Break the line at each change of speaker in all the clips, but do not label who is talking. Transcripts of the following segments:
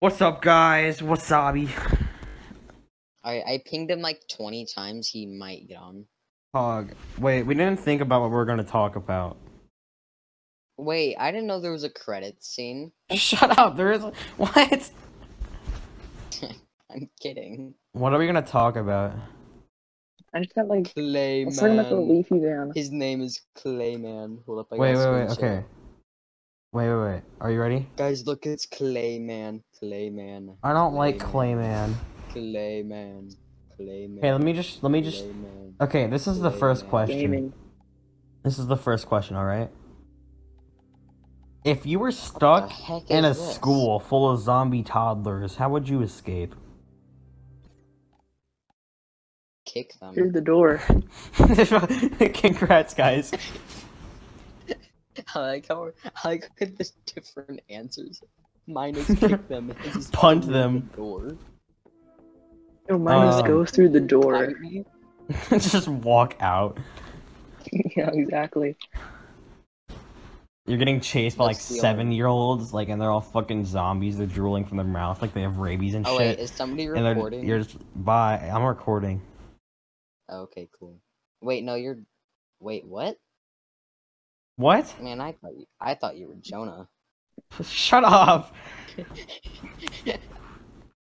What's up, guys? Wasabi.
Alright, I pinged him like 20 times. He might get on.
Hog. Wait, we didn't think about what we are gonna talk about.
Wait, I didn't know there was a credit scene.
Shut up. There is what?
I'm kidding.
What are we gonna talk about?
I just got like I was talking about the
Clayman.
leafy down.
His name is Clayman. Hold up, I
Wait, wait,
gotta
wait.
screenshot.
Okay. Wait, wait, wait. Are you ready?
Guys, look, it's Clayman. Clayman.
I don't like Clayman.
Clayman. Clayman.
Okay, let me just let me just.
Clayman.
Okay, this is the first
Clayman.
question.
Gaming.
This is the first question. All right. If you were
What the
stuck
heck
in a
is this?
school full of zombie toddlers, how would you escape?
Kick them.
Through the door.
Congrats, guys.
I like how I like how there's different answers. Mine is kick them. His is
Punt
through
them.
The door.
No, mine is
Um,
go through the door.
Uh, I-
just walk out.
yeah, exactly.
You're getting chased by like
That's the only-
seven year olds, like, and they're all fucking zombies. They're drooling from their mouth, like they have rabies and
Oh
shit.
wait, is somebody
and they're
recording?
you're just bye. I'm recording.
Oh, okay, cool. Wait, no, you're. Wait, what?
What?
Man, I thought you, I thought you were Jonah.
Shut up.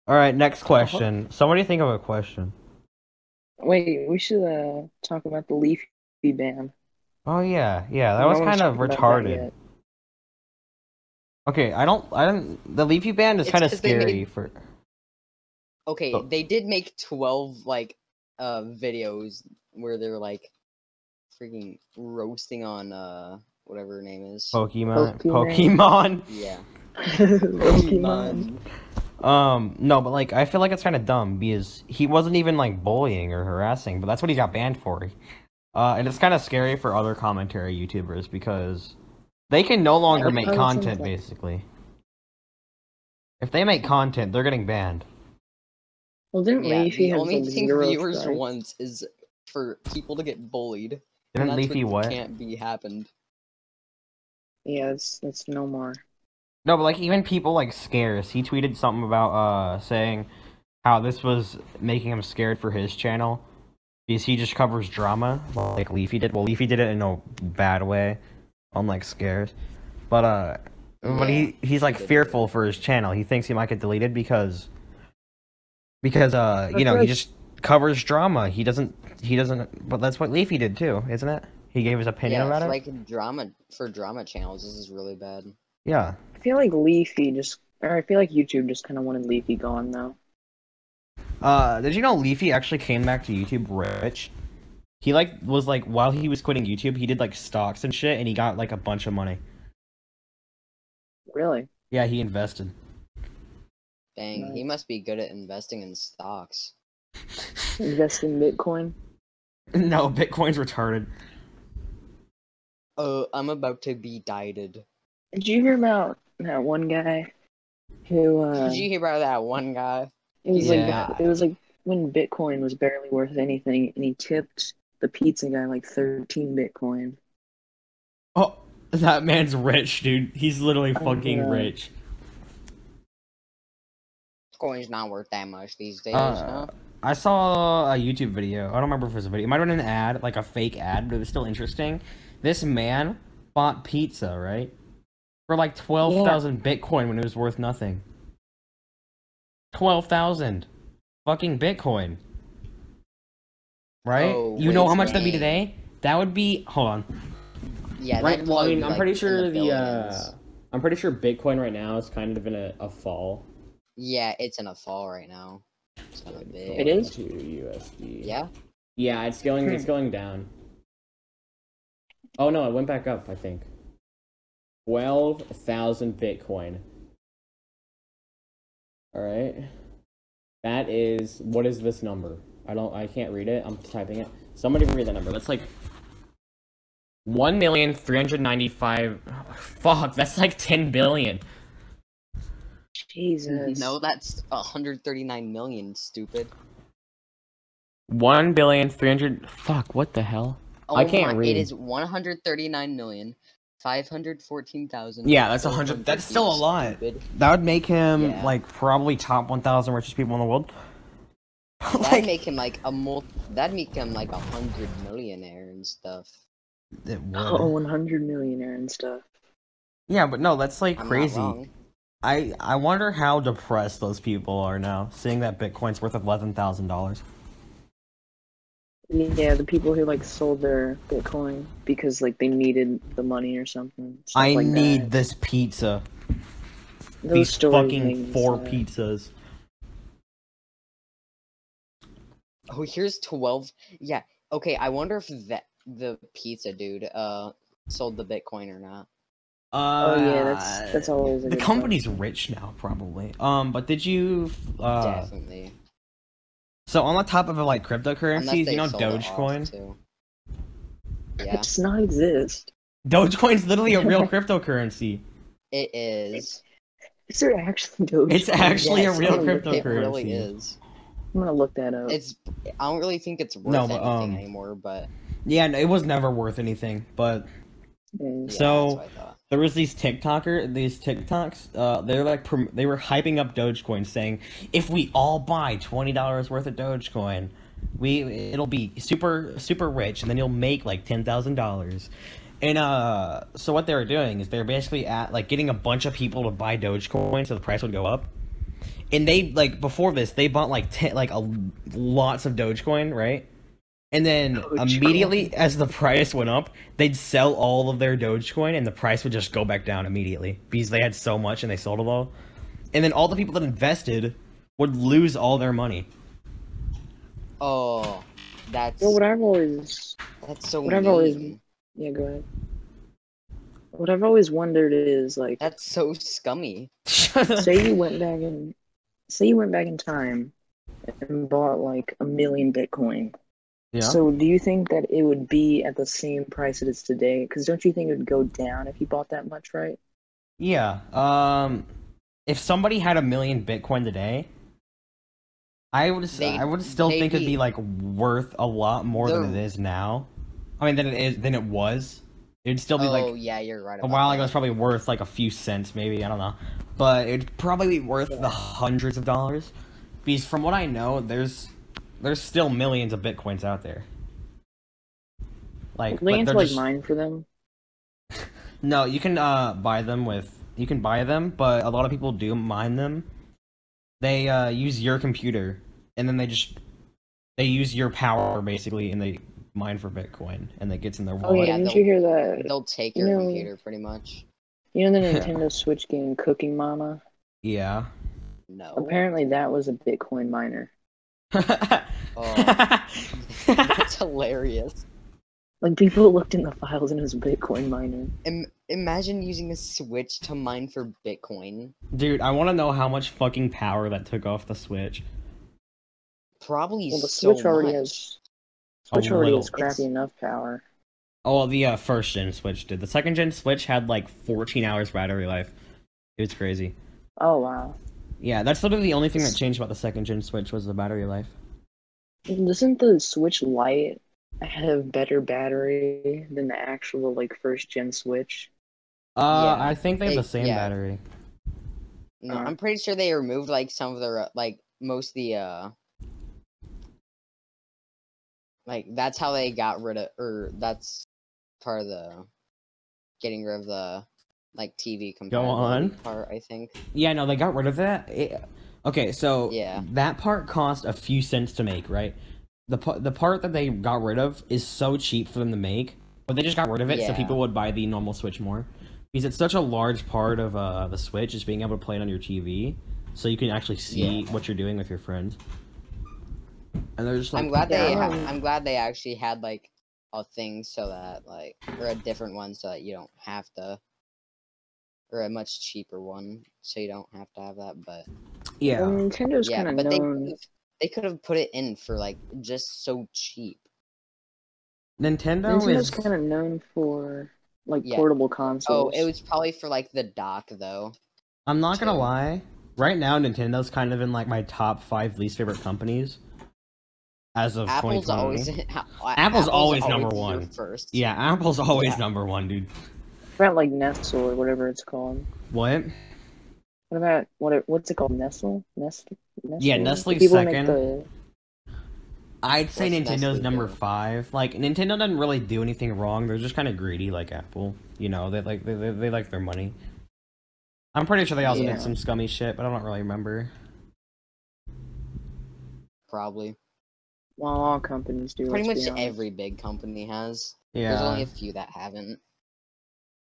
All right, next question. Somebody think of a question.
Wait, we should uh talk about the leafy ban.
Oh yeah, yeah. That
No
was
one's
kind of
talked about that
retarded.
yet.
Okay, I don't, I don't. The Leafy Band is
It's
kind of
'cause they made-
scary for.
Okay,
Oh.
they did make twelve like uh videos where they're like freaking roasting on uh whatever her name is.
Oh. Pokemon.
Pokemon.
Pokemon.
Yeah.
Pokemon.
Um, no, but like I feel like it's kind of dumb because he wasn't even like bullying or harassing, but that's what he got banned for. Uh, and it's kind of scary for other commentary YouTubers because they can no longer
Like,
make
oh, it sounds
content
like-
basically. If they make content, they're getting banned.
Well, didn't
Yeah,
Leafy
the
have
only
like
thing
zero
viewers
strikes?
wants is for people to get bullied. and
Didn't
that's
Leafy what?
Can't be happened.
Yeah, that's that's no more.
No, but like even people like scares. He tweeted something about uh saying how this was making him scared for his channel because he just covers drama like Leafy did. Well, Leafy did it in a bad way, unlike scares. But uh, but
Yeah,
he he's like
he did.
fearful for his channel. He thinks he might get deleted because because uh you
That's
know he
right.
just covers drama. He doesn't he doesn't. But that's what Leafy did too, isn't it? He gave his opinion
yeah,
about
for,
it.
like drama for drama channels, this is really bad.
yeah.
I feel like Leafy just, or I feel like YouTube just kind of wanted Leafy gone though.
Uh, did you know Leafy actually came back to YouTube rich? He like was like while he was quitting YouTube, he did like stocks and shit, and he got like a bunch of money.
Really?
Yeah, he invested.
Dang, he must be good at investing in stocks.
Invest in Bitcoin?
no, Bitcoin's retarded.
Oh, I'm about to be dieted.
Did you hear about that one guy who? Uh,
Did you hear about that one guy?
It was
Yeah.
like it was like when Bitcoin was barely worth anything, and he tipped the pizza guy like thirteen Bitcoin.
Oh, that man's rich, dude. He's literally
Oh,
fucking
yeah.
rich.
Coin's not worth that much these days.
Uh,
huh?
I saw a YouTube video. I don't remember if it was a video. It might have been an ad, like a fake ad, but it was still interesting. This man bought pizza, right? For like 12,000 Bitcoin when it was worth nothing. 12,000 fucking Bitcoin. Right?
Oh,
you know
wait,
how much that'd be
dang.
today? That would be. Hold on.
Yeah,
right.
that's
Well, I
probably,
mean, I'm
like,
pretty
in
sure the. uh,
billions.
I'm pretty sure Bitcoin right now is kind of in a, a fall.
Yeah, it's in a fall right now. It's in a big.
It is?
to USD.
Yeah.
Yeah, it's going it's going down. Oh no, it went back up, I think. Twelve thousand Bitcoin. Alright. That is what is this number? I don't I can't read it. I'm typing it. Somebody read that number. That's like one million three hundred ninety-five. Fuck, that's like ten billion.
Jesus.
No, that's 139 million. Stupid.
One billion three hundred. Fuck, what the hell?
Oh
I can't
my,
read.
It is 139 million Five hundred fourteen thousand.
Yeah, that's a hundred- that's still a lot.
Stupid.
That would make him
Yeah.
like probably top 1,000 richest people in the world.
That'd
like,
make him like a mul- That'd make him like a hundred millionaire and stuff.
it would.
Oh, 100 millionaire and stuff.
Yeah, but no, that's like
I'm not
crazy.
wrong.
I I wonder how depressed those people are now, seeing that Bitcoin's worth eleven thousand dollars.
Yeah, the people who like sold their Bitcoin because like they needed the money or something. stuff
I
like
need
that.
this pizza.
Those uh,
These
stories make
fucking
me
four
sad.
pizzas.
Oh, here's twelve. Yeah. Okay. I wonder if that the pizza dude uh sold the Bitcoin or not.
Uh,
Oh yeah, that's that's always a
the
good
company's rich now, probably. Um, but did you? Uh,
Definitely.
so on the top of like
Unless
cryptocurrencies,
they
you know
sold it off,
Dogecoin.
too.
one.
Yeah,
It does not exist.
Dogecoin's literally a real cryptocurrency.
it is.
Is there actually Dogecoin?
It's actually a
Yes,
real
it- It really
cryptocurrency.
is.
I'm gonna look that up.
It's. I don't really think it's worth
No, but,
anything
um,
anymore. But
Yeah, no, it was never worth anything, but
Mm.
So-
yeah, that's what I thought.
there was these TikToker, these TikToks. Uh, they're like prom- they were hyping up Dogecoin, saying if we all buy twenty dollars worth of Dogecoin, we it'll be super super rich, and then you'll make like ten thousand dollars. And uh, so what they were doing is they're basically at like getting a bunch of people to buy Dogecoin, so the price would go up. And they like before this, they bought like ten, like a lots of Dogecoin, right? And then
Dogecoin.
immediately, as the price went up, they'd sell all of their Dogecoin, and the price would just go back down immediately because they had so much and they sold it all. And then all the people that invested would lose all their money.
Oh, that's
Well, what I've always
that's so
what I've always-
mean.
yeah, go ahead. What I've always wondered is like,
That's so scummy.
say you went back in, say you went back in time, and bought like a million Bitcoin.
yeah.
So do you think that it would be at the same price it is today? Because don't you think it would go down if you bought that much, right?
Yeah. Um, if somebody had a million Bitcoin today, I would s-
They-
I would still think it'd be
maybe-
like worth a lot more than
They're-
it is now. I mean, than it is than it was. It'd still
Oh
be like
yeah, you're right.
a
about
while
that.
ago. It's probably worth like a few cents, maybe I don't know, but it'd probably be worth the hundreds of dollars. Because from what I know, there's there's still millions of bitcoins out there. Like,
They
but
into
they're
like
just-
mine for them.
no, you can uh buy them with you can buy them, but a lot of people do mine them. They uh use your computer and then they just they use your power basically and they mine for Bitcoin and it gets in their
Oh
wallet.
yeah,
yeah,
didn't
they'll-
you hear that?
They'll take your
No.
computer pretty much.
You know the
Yeah.
Nintendo Switch game Cooking Mama.
Yeah.
No.
Apparently, that was a Bitcoin miner.
Oh, that's hilarious.
Like people looked in the files and it was a Bitcoin miner.
Im- imagine using a switch to mine for Bitcoin.
Dude, I wanna know how much fucking power that took off the Switch.
Probably
Well, the
so
Switch already
much.
has
A
Switch already
little.
has crappy
It's-
enough power.
Oh well, the uh, first gen Switch did. The second gen Switch had like fourteen hours battery life. It was crazy.
Oh wow!
Yeah, that's literally the only thing that changed about the second gen Switch was the battery life.
Doesn't the Switch Lite have better battery than the actual like first gen Switch?
Uh,
Yeah.
I think they have
They-
the same
yeah.
battery.
No,
Uh.
I'm pretty sure they removed like some of their uh, like most of the uh like that's how they got rid of or that's part of the getting rid of the like TV compatibility
on.
part I think.
Yeah, no, they got rid of that. It- okay, so
Yeah.
that part cost a few cents to make, right? The pa- the part that they got rid of is so cheap for them to make, but they just got rid of it so
Yeah.
people would buy the normal Switch more because it's such a large part of uh, the Switch is being able to play it on your TV, so you can actually see what you're doing with your friends. And they're just like,
I'm glad they ha-
Yeah.
I'm glad they actually had like a thing so that like or a different one so that you don't have to or a much cheaper one so you don't have to have that but
yeah.
Well, Nintendo's
yeah
kind of
but they
known.
could've- they could have put it in for like just so cheap
Nintendo
Nintendo's
is
kind of known for like
Yeah.
portable consoles.
Oh, it was probably for like the dock though.
I'm not gonna
too.
lie. Right now, Nintendo's kind of in like my top five least favorite companies as of
Apple's
2020.
always Apple's,
always number
your
one.
First.
yeah, Apple's always
Yeah.
number one, dude.
about like Nestle or whatever it's called?
What?
What about what? it- What's it called? Nestle? Nestle? Nestle?
Yeah, Nestle's
People make
second.
the-
I'd say
What's
Nintendo's
Nestle
number
doing?
five. Like Nintendo doesn't really do anything wrong. They're just kind of greedy, like Apple. You know, they like they, they, they like their money. I'm pretty sure they also
Yeah.
did some scummy shit, but I don't really remember.
Probably.
well, all companies do.
Pretty
let's
much
be honest.
every big company has. There's
Yeah,
only a few that haven't.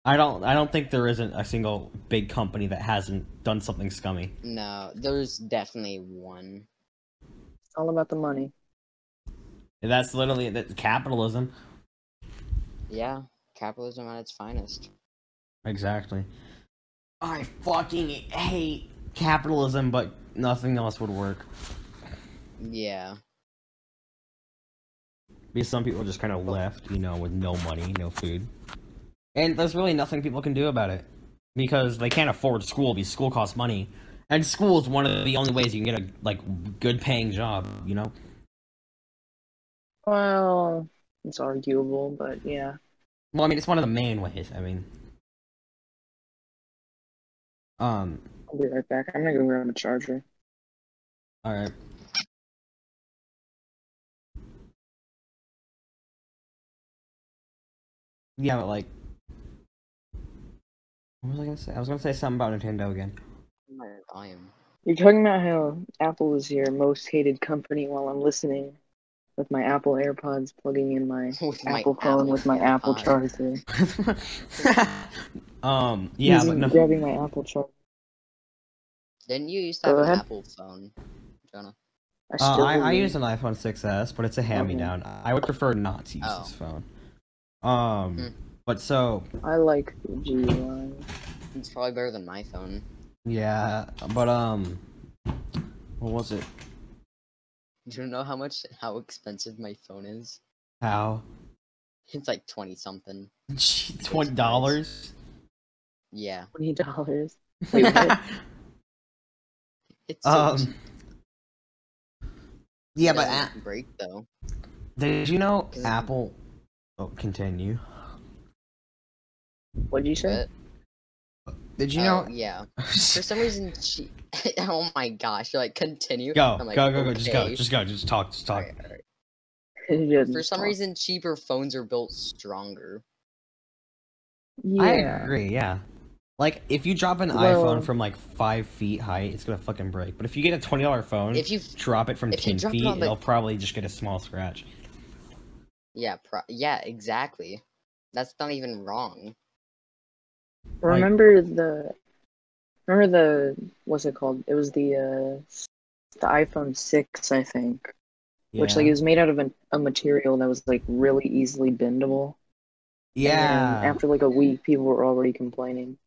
I don't. I don't think there isn't a single big company that hasn't done something scummy.
No, there's definitely one.
It's all about the money.
That's literally that's capitalism.
Yeah, capitalism at its finest.
Exactly. I fucking hate capitalism, but nothing else would work.
Yeah.
Because some people just kind of left, you know, with no money, no food. And there's really nothing people can do about it. Because they can't afford school because school costs money. And school is one of the only ways you can get a like good paying job, you know?
Well, it's arguable, but yeah.
Well, I mean it's one of the main ways, I mean. Um,
I'll be right back. I'm gonna go grab a charger.
alright. Yeah, but like what was I gonna say? I was gonna say something about Nintendo again.
I am.
You're talking about how Apple is your most hated company while I'm listening with my Apple AirPods plugging in my
With my
Apple phone with my Apple
AirPod.
charger.
um, yeah, but
Using-
no.
grabbing my Apple charger.
Didn't you used to
Go
have an
ahead.
Apple phone, Jonah?
I
Uh,
still
I, I
do.
use an iPhone 6s, but it's a hand-me-down. I would prefer not to use
Oh.
this phone. Um,
Hmm.
but so
I like the GUI.
It's probably better than my phone.
yeah, but um, what was it?
Do you know how much how expensive my phone is?
How
It's like twenty something.
twenty dollars?
Yeah.
Twenty dollars. Wait, what?
um,
It's so cheap.
yeah,
It
but
doesn't
a-
break though.
did you know
Cause-
Apple? Oh, continue.
What'd you say?
But,
Did you
uh,
know?
yeah. For some reason, she. oh my gosh! You're like continue.
go,
I'm like,
go, go, go! Just go,
okay.
just go, just talk, just talk.
Alright, alright.
Just
For some
talk.
reason, cheaper phones are built stronger.
yeah.
I agree, yeah. Like if you drop an
Well-
iPhone from like five feet height, it's gonna fucking break. But if you get a twenty dollar phone,
If you,
drop it from
if you
ten
drop it
feet,
on the-
it'll probably just get a small scratch.
yeah, pro- yeah, exactly. That's not even wrong.
Like-
Remember the, remember the what's it called? It was the uh, s- the iPhone six, I think, which
Yeah.
like it was made out of an, a material that was like really easily bendable. And then
yeah,
after like a week, people were already complaining.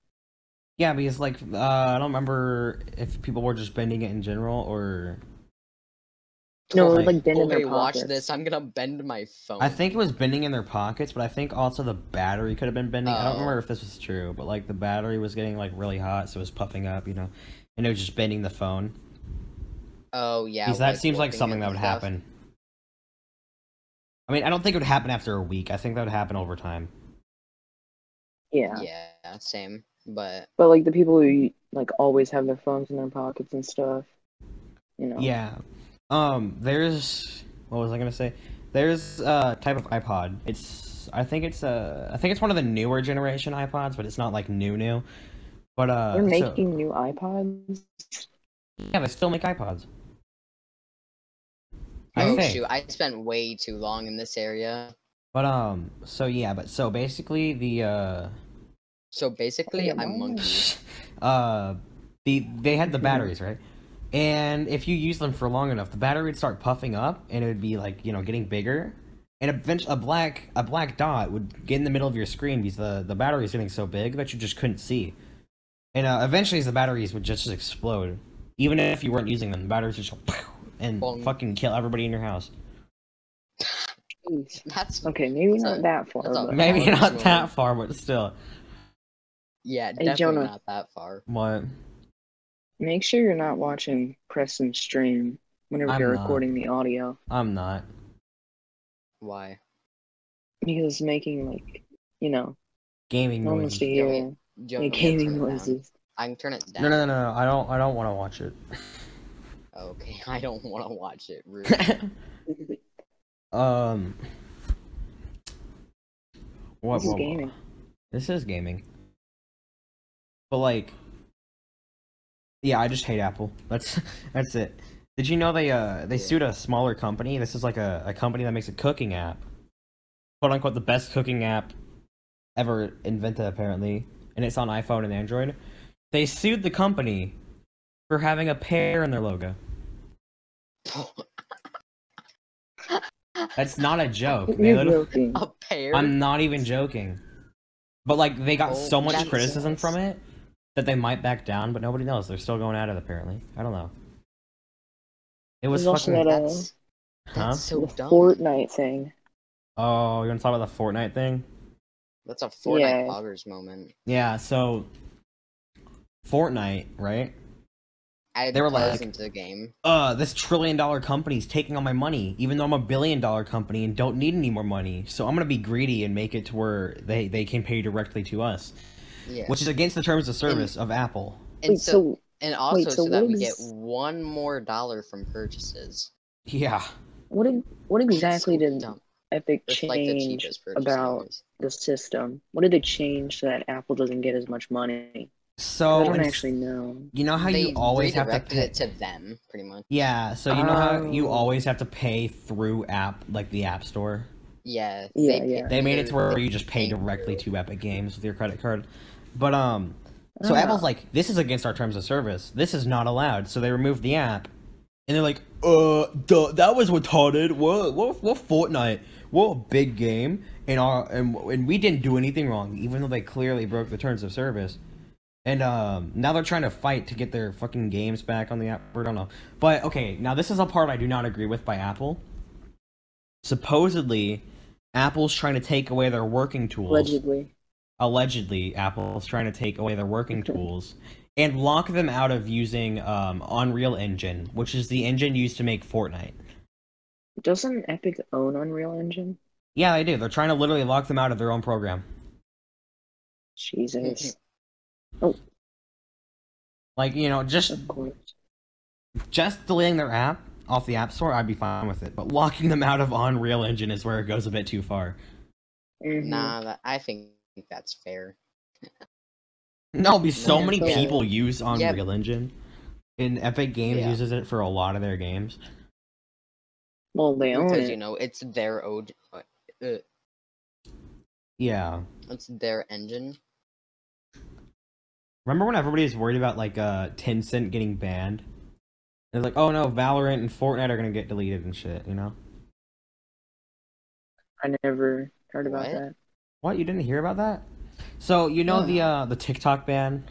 yeah, because like uh, I don't remember if people were just bending it in general or
No,
Totally.
it was like bend in
okay,
their
watch
pockets.
this. I'm gonna bend my phone.
I think it was bending in their pockets, but I think also the battery could have been bending. I don't
Oh.
remember if this was true, but like the battery was getting like really hot, so it was puffing up, you know, and it was just bending the phone.
Oh yeah.
Because that seems like
warping
something
and
that would
stuff.
happen. I mean, I don't think it would happen after a week. I think that would happen over time.
Yeah.
Yeah, same. But
but like the people who like always have their phones in their pockets and stuff, you know.
Yeah. Um. There's what was I gonna say? There's a type of iPod. It's I think it's uh, I think it's one of the newer generation iPods, but it's not like new new. But uh,
They're
so-
making new iPods.
yeah, they still make iPods. I
oh
think.
shoot, I spent way too long in this area.
But um. So yeah. But so basically the uh.
So basically,
Yeah,
I'm
mine-
monkey.
uh, the they had the
Mhm.
batteries right, and if you use them for long enough, the battery would start puffing up, and it would be like you know getting bigger, and eventually a black a black dot would get in the middle of your screen because the the battery is getting so big that you just couldn't see, and uh, eventually the batteries would just explode, even if you weren't using them. The batteries would just go and
Bong.
fucking kill everybody in your house.
Jeez.
That's
Okay, maybe
That's
not
a-
that far.
that's a-
but-
Maybe
that's
not
really-
that far, but still.
yeah, definitely
Jonah.
not that far.
What?
Make sure you're not watching Preston stream whenever
I'm
you're
not.
recording the audio
I'm not.
Why?
because it's making like you know
Gaming
I want
noises.
to hear
Joe,
yeah,
you gotta turn
gaming
it down.
noises.
I can turn it down.
No, no, no, no. I don't. I don't want to watch it.
Okay, I don't want to watch it. Rude.
um. What,
This
what-
is
what-
gaming.
This is gaming. But like, yeah, I just hate Apple. That's that's it. Did you know they uh they
Yeah.
sued a smaller company? This is like a, a company that makes a cooking app, quote unquote, the best cooking app ever invented apparently, and it's on iPhone and Android. They sued the company for having a pear in their logo. That's not a joke. They
You're
literally-
joking.
a pair.
I'm not even joking. But like they got
Oh,
so much
that's-
criticism from it that they might back down, but nobody knows. They're still going at it apparently. I don't know. It was
There's also
fucking
that, uh,
That's,
huh?
that's so
the
dumb.
Fortnite thing.
Oh, you want to talk about the Fortnite thing?
That's a Fortnite
Yeah.
bloggers moment.
Yeah, so Fortnite, right?
I
They were
played
like-
into the game.
Uh, this trillion dollar company's taking all my money, even though I'm a billion dollar company and don't need any more money. So I'm gonna be greedy and make it to where they, they can pay directly to us,
Yeah.
which is against the terms of service of Apple.
and
Wait,
so,
so
and also so,
so
that
what
we get
is-
one more dollar from purchases.
Yeah.
what e- what
It's
exactly
so
did
dumb.
Epic
It's like the
change
cheapest purchase
about-
always.
the system? What did they change so that Apple doesn't get as much money?
So
I don't
ins-
actually know.
You know how
they
you always have to
redirected
pay.
it to them, pretty much.
yeah, so you know how you
Oh.
always have to pay through app, like the app store.
Yeah.
Yeah,
they,
yeah.
picked
They made it to
their-
where you just pay directly to Epic Games with your credit card. But um, so
Oh.
Apple's like, this is against our terms of service. This is not allowed. So they removed the app, and they're like, uh, duh, that was retarded. What, what, what Fortnite? What a big game, and our and and we didn't do anything wrong, even though they clearly broke the terms of service. And um, now they're trying to fight to get their fucking games back on the app. I don't know. But okay, now this is a part I do not agree with by Apple. Supposedly, Apple's trying to take away their working tools.
Allegedly.
Allegedly, Apple's trying to take away their working tools and lock them out of using um, Unreal Engine, which is the engine used to make Fortnite.
Doesn't Epic own Unreal Engine?
Yeah, they do. They're trying to literally lock them out of their own program.
Jesus.
Like you know, just
of course.
just deleting their app off the App Store, I'd be fine with it. But locking them out of Unreal Engine is where it goes a bit too far.
Mhm.
Nah, that, I think that's fair.
No, because so
Yeah,
many
so-
people use
Yeah.
Unreal Engine, and Epic Games
Yeah.
uses it for a lot of their games.
Well, they own
Because,
it.
you know, it's their old, uh,
Yeah.
it's their engine.
Remember when everybody was worried about like uh Tencent getting banned? They're like, oh no, Valorant and Fortnite are gonna get deleted and shit. You know
I never heard about
What?
that.
what? You didn't hear about that? So you know
No.
the uh the TikTok ban.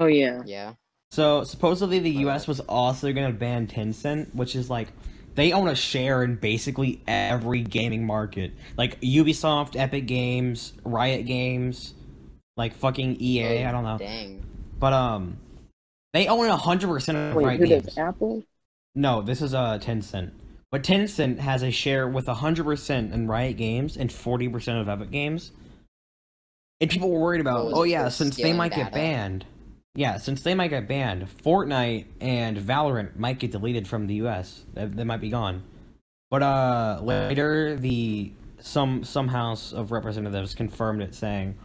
Oh yeah.
Yeah.
So supposedly the
My
U.S. was also gonna ban Tencent, which is like they own a share in basically every gaming market, like Ubisoft, Epic Games, Riot Games, like fucking EA.
Oh,
I don't know,
Dang.
but um, they own hundred percent of
Wait,
Riot
who
Games.
does Apple?
No, this is uh Tencent. But Tencent has a share with 100% in Riot Games and 40% of Epic Games. And people were worried about,
Oh,
oh
it's
yeah,
for
since they
stealing
might get
data."
banned. Yeah, since they might get banned, Fortnite and Valorant might get deleted from the US. They, they might be gone. But uh later the some some house of representatives confirmed it saying,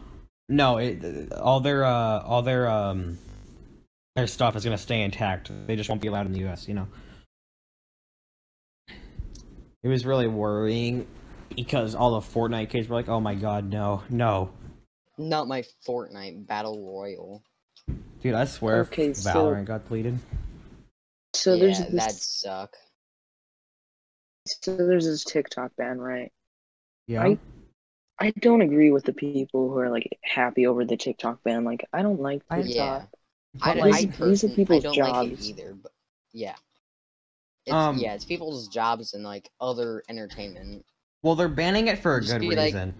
"No, it all their uh all their um their stuff is going to stay intact. They just won't be allowed in the US, you know." It was really worrying because all the Fortnite kids were like, "Oh my god, no, no,
Not my Fortnite Battle Royal.
dude! I swear,
Okay, so-
Valorant got deleted."
So
yeah,
there's this.
that'd suck.
So there's this TikTok ban, right?
Yeah,
I- I don't agree with the people who are like happy over the TikTok ban. Like, I don't like
I-
TikTok.
Yeah.
But,
I,
like,
I
These- these are
person-
people's
I don't like it
jobs.
either, but yeah. It's,
Um,
yeah, it's people's jobs and like other entertainment.
well, they're banning it for a
Just
good
be like-
reason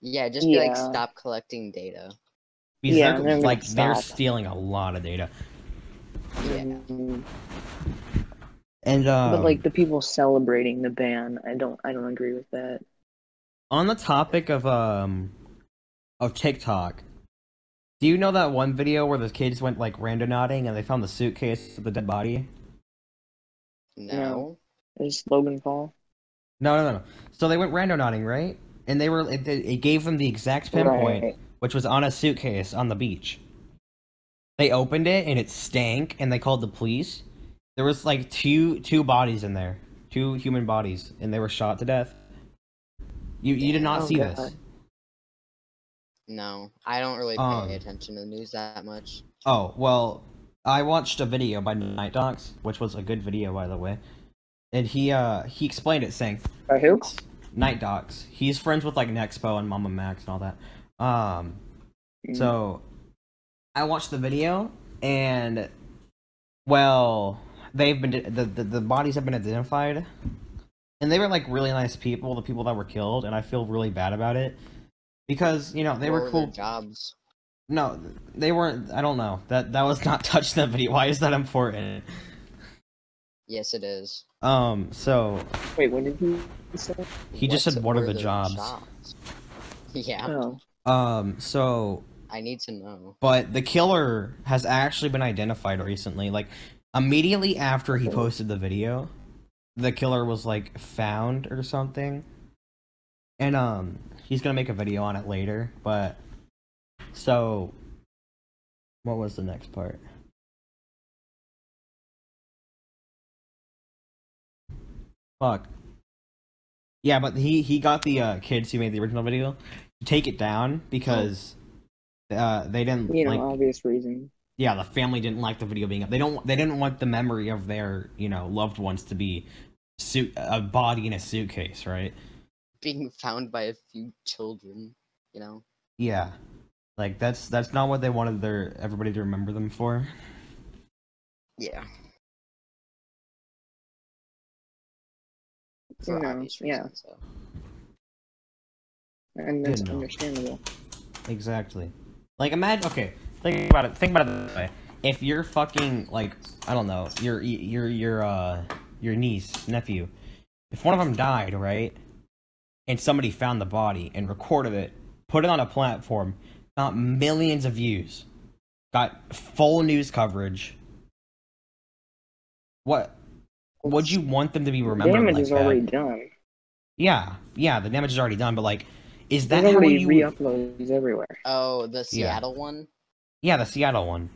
Yeah, just be like
Yeah.
stop collecting data.
because
Yeah,
they're,
they're gonna
like they're
stop.
stealing a lot of data,
Yeah.
Mhm.
and um,
But like the people celebrating the ban, I don't. I don't agree with that.
on the topic of um of TikTok. Do you know that one video where the kids went like randonauting and they found the suitcase with the dead body?
No.
Is Logan Paul?
No, no, no. So they went randonauting, right? And they were it, it gave them the exact pinpoint,
Right.
which was on a suitcase on the beach. They opened it and it stank, and they called the police. There was like two two bodies in there, two human bodies, and they were shot to death. You you did not
Oh,
see
God.
this.
No. I don't really pay
Um,
attention to the news that much.
Oh, well, I watched a video by Night Dogs, which was a good video by the way. And he uh he explained it saying
By who?
Night Dogs. He's friends with like Nexpo and Mama Max and all that. Um
Mm-hmm.
so I watched the video and well, they've been the, the the bodies have been identified. And they were like really nice people, the people that were killed, and I feel really bad about it because, you know, they
What
were
their
cool
jobs.
no, they weren't. I don't know. That that was not touched in that video. Why is that important?
Yes, it is.
Um. So
Mm. Wait, what did he say?
He just said, "What are the
their
jobs?"
Yeah,
Oh,
um. So,
I need to know.
but the killer has actually been identified recently. Like immediately after he posted the video, the killer was like found or something. And um, he's gonna make a video on it later. But so, what was the next part? Fuck. Yeah, but he he got the uh, kids who made the original video to take it down because uh, they didn't
you know,
like
obvious reason.
yeah the family didn't like the video being up. They don't they didn't want the memory of their you know loved ones to be suit a body in a suitcase, right?
Being found by a few children, you know.
Yeah, like that's that's not what they wanted their everybody to remember them for.
Yeah.
You know, yeah.
though.
And that's
You know.
understandable.
Exactly. Like imagine. Okay, think about it. Think about it this way: if your fucking like, I don't know, your your your uh your niece nephew, if one of them died, right, and somebody found the body and recorded it, put it on a platform, got millions of views, got full news coverage. What would you want them to be remembered
Damage
like
is
that?
already done.
Yeah, yeah, the damage is already done. But like, is that
That
how
already
you?
re-uploads everywhere.
Oh, the Seattle one.
Yeah, the Seattle one.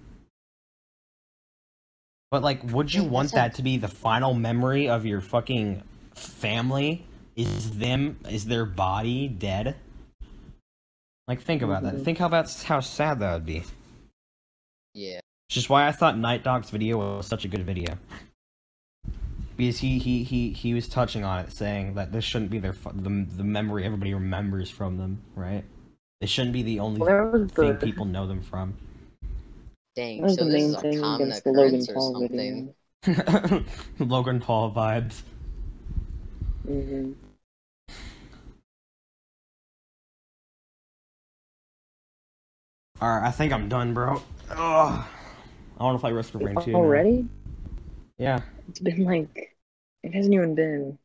But like, would you
Yeah, that
want that
sounds-
to be the final memory of your fucking family? Is them is their body dead? Like, think about that.
Mhm.
Think how about how sad that would be. Which
Yeah.
is why I thought Night Dog's video was such a good video. Because he he he he was touching on it, saying that this shouldn't be their fu- the the memory everybody remembers from them, right? This shouldn't be the only
Well, that was
thing
the
people know them from.
Dang.
that was
so
the
this
main
is a
thing
common
against the Logan
occurrence or
Paul
something.
video.
Logan Paul vibes.
Mhm.
All right, I think I'm done, bro. Ugh. I want to play Risk of Rain 2. now.
Already?
Yeah.
It's been like it hasn't even been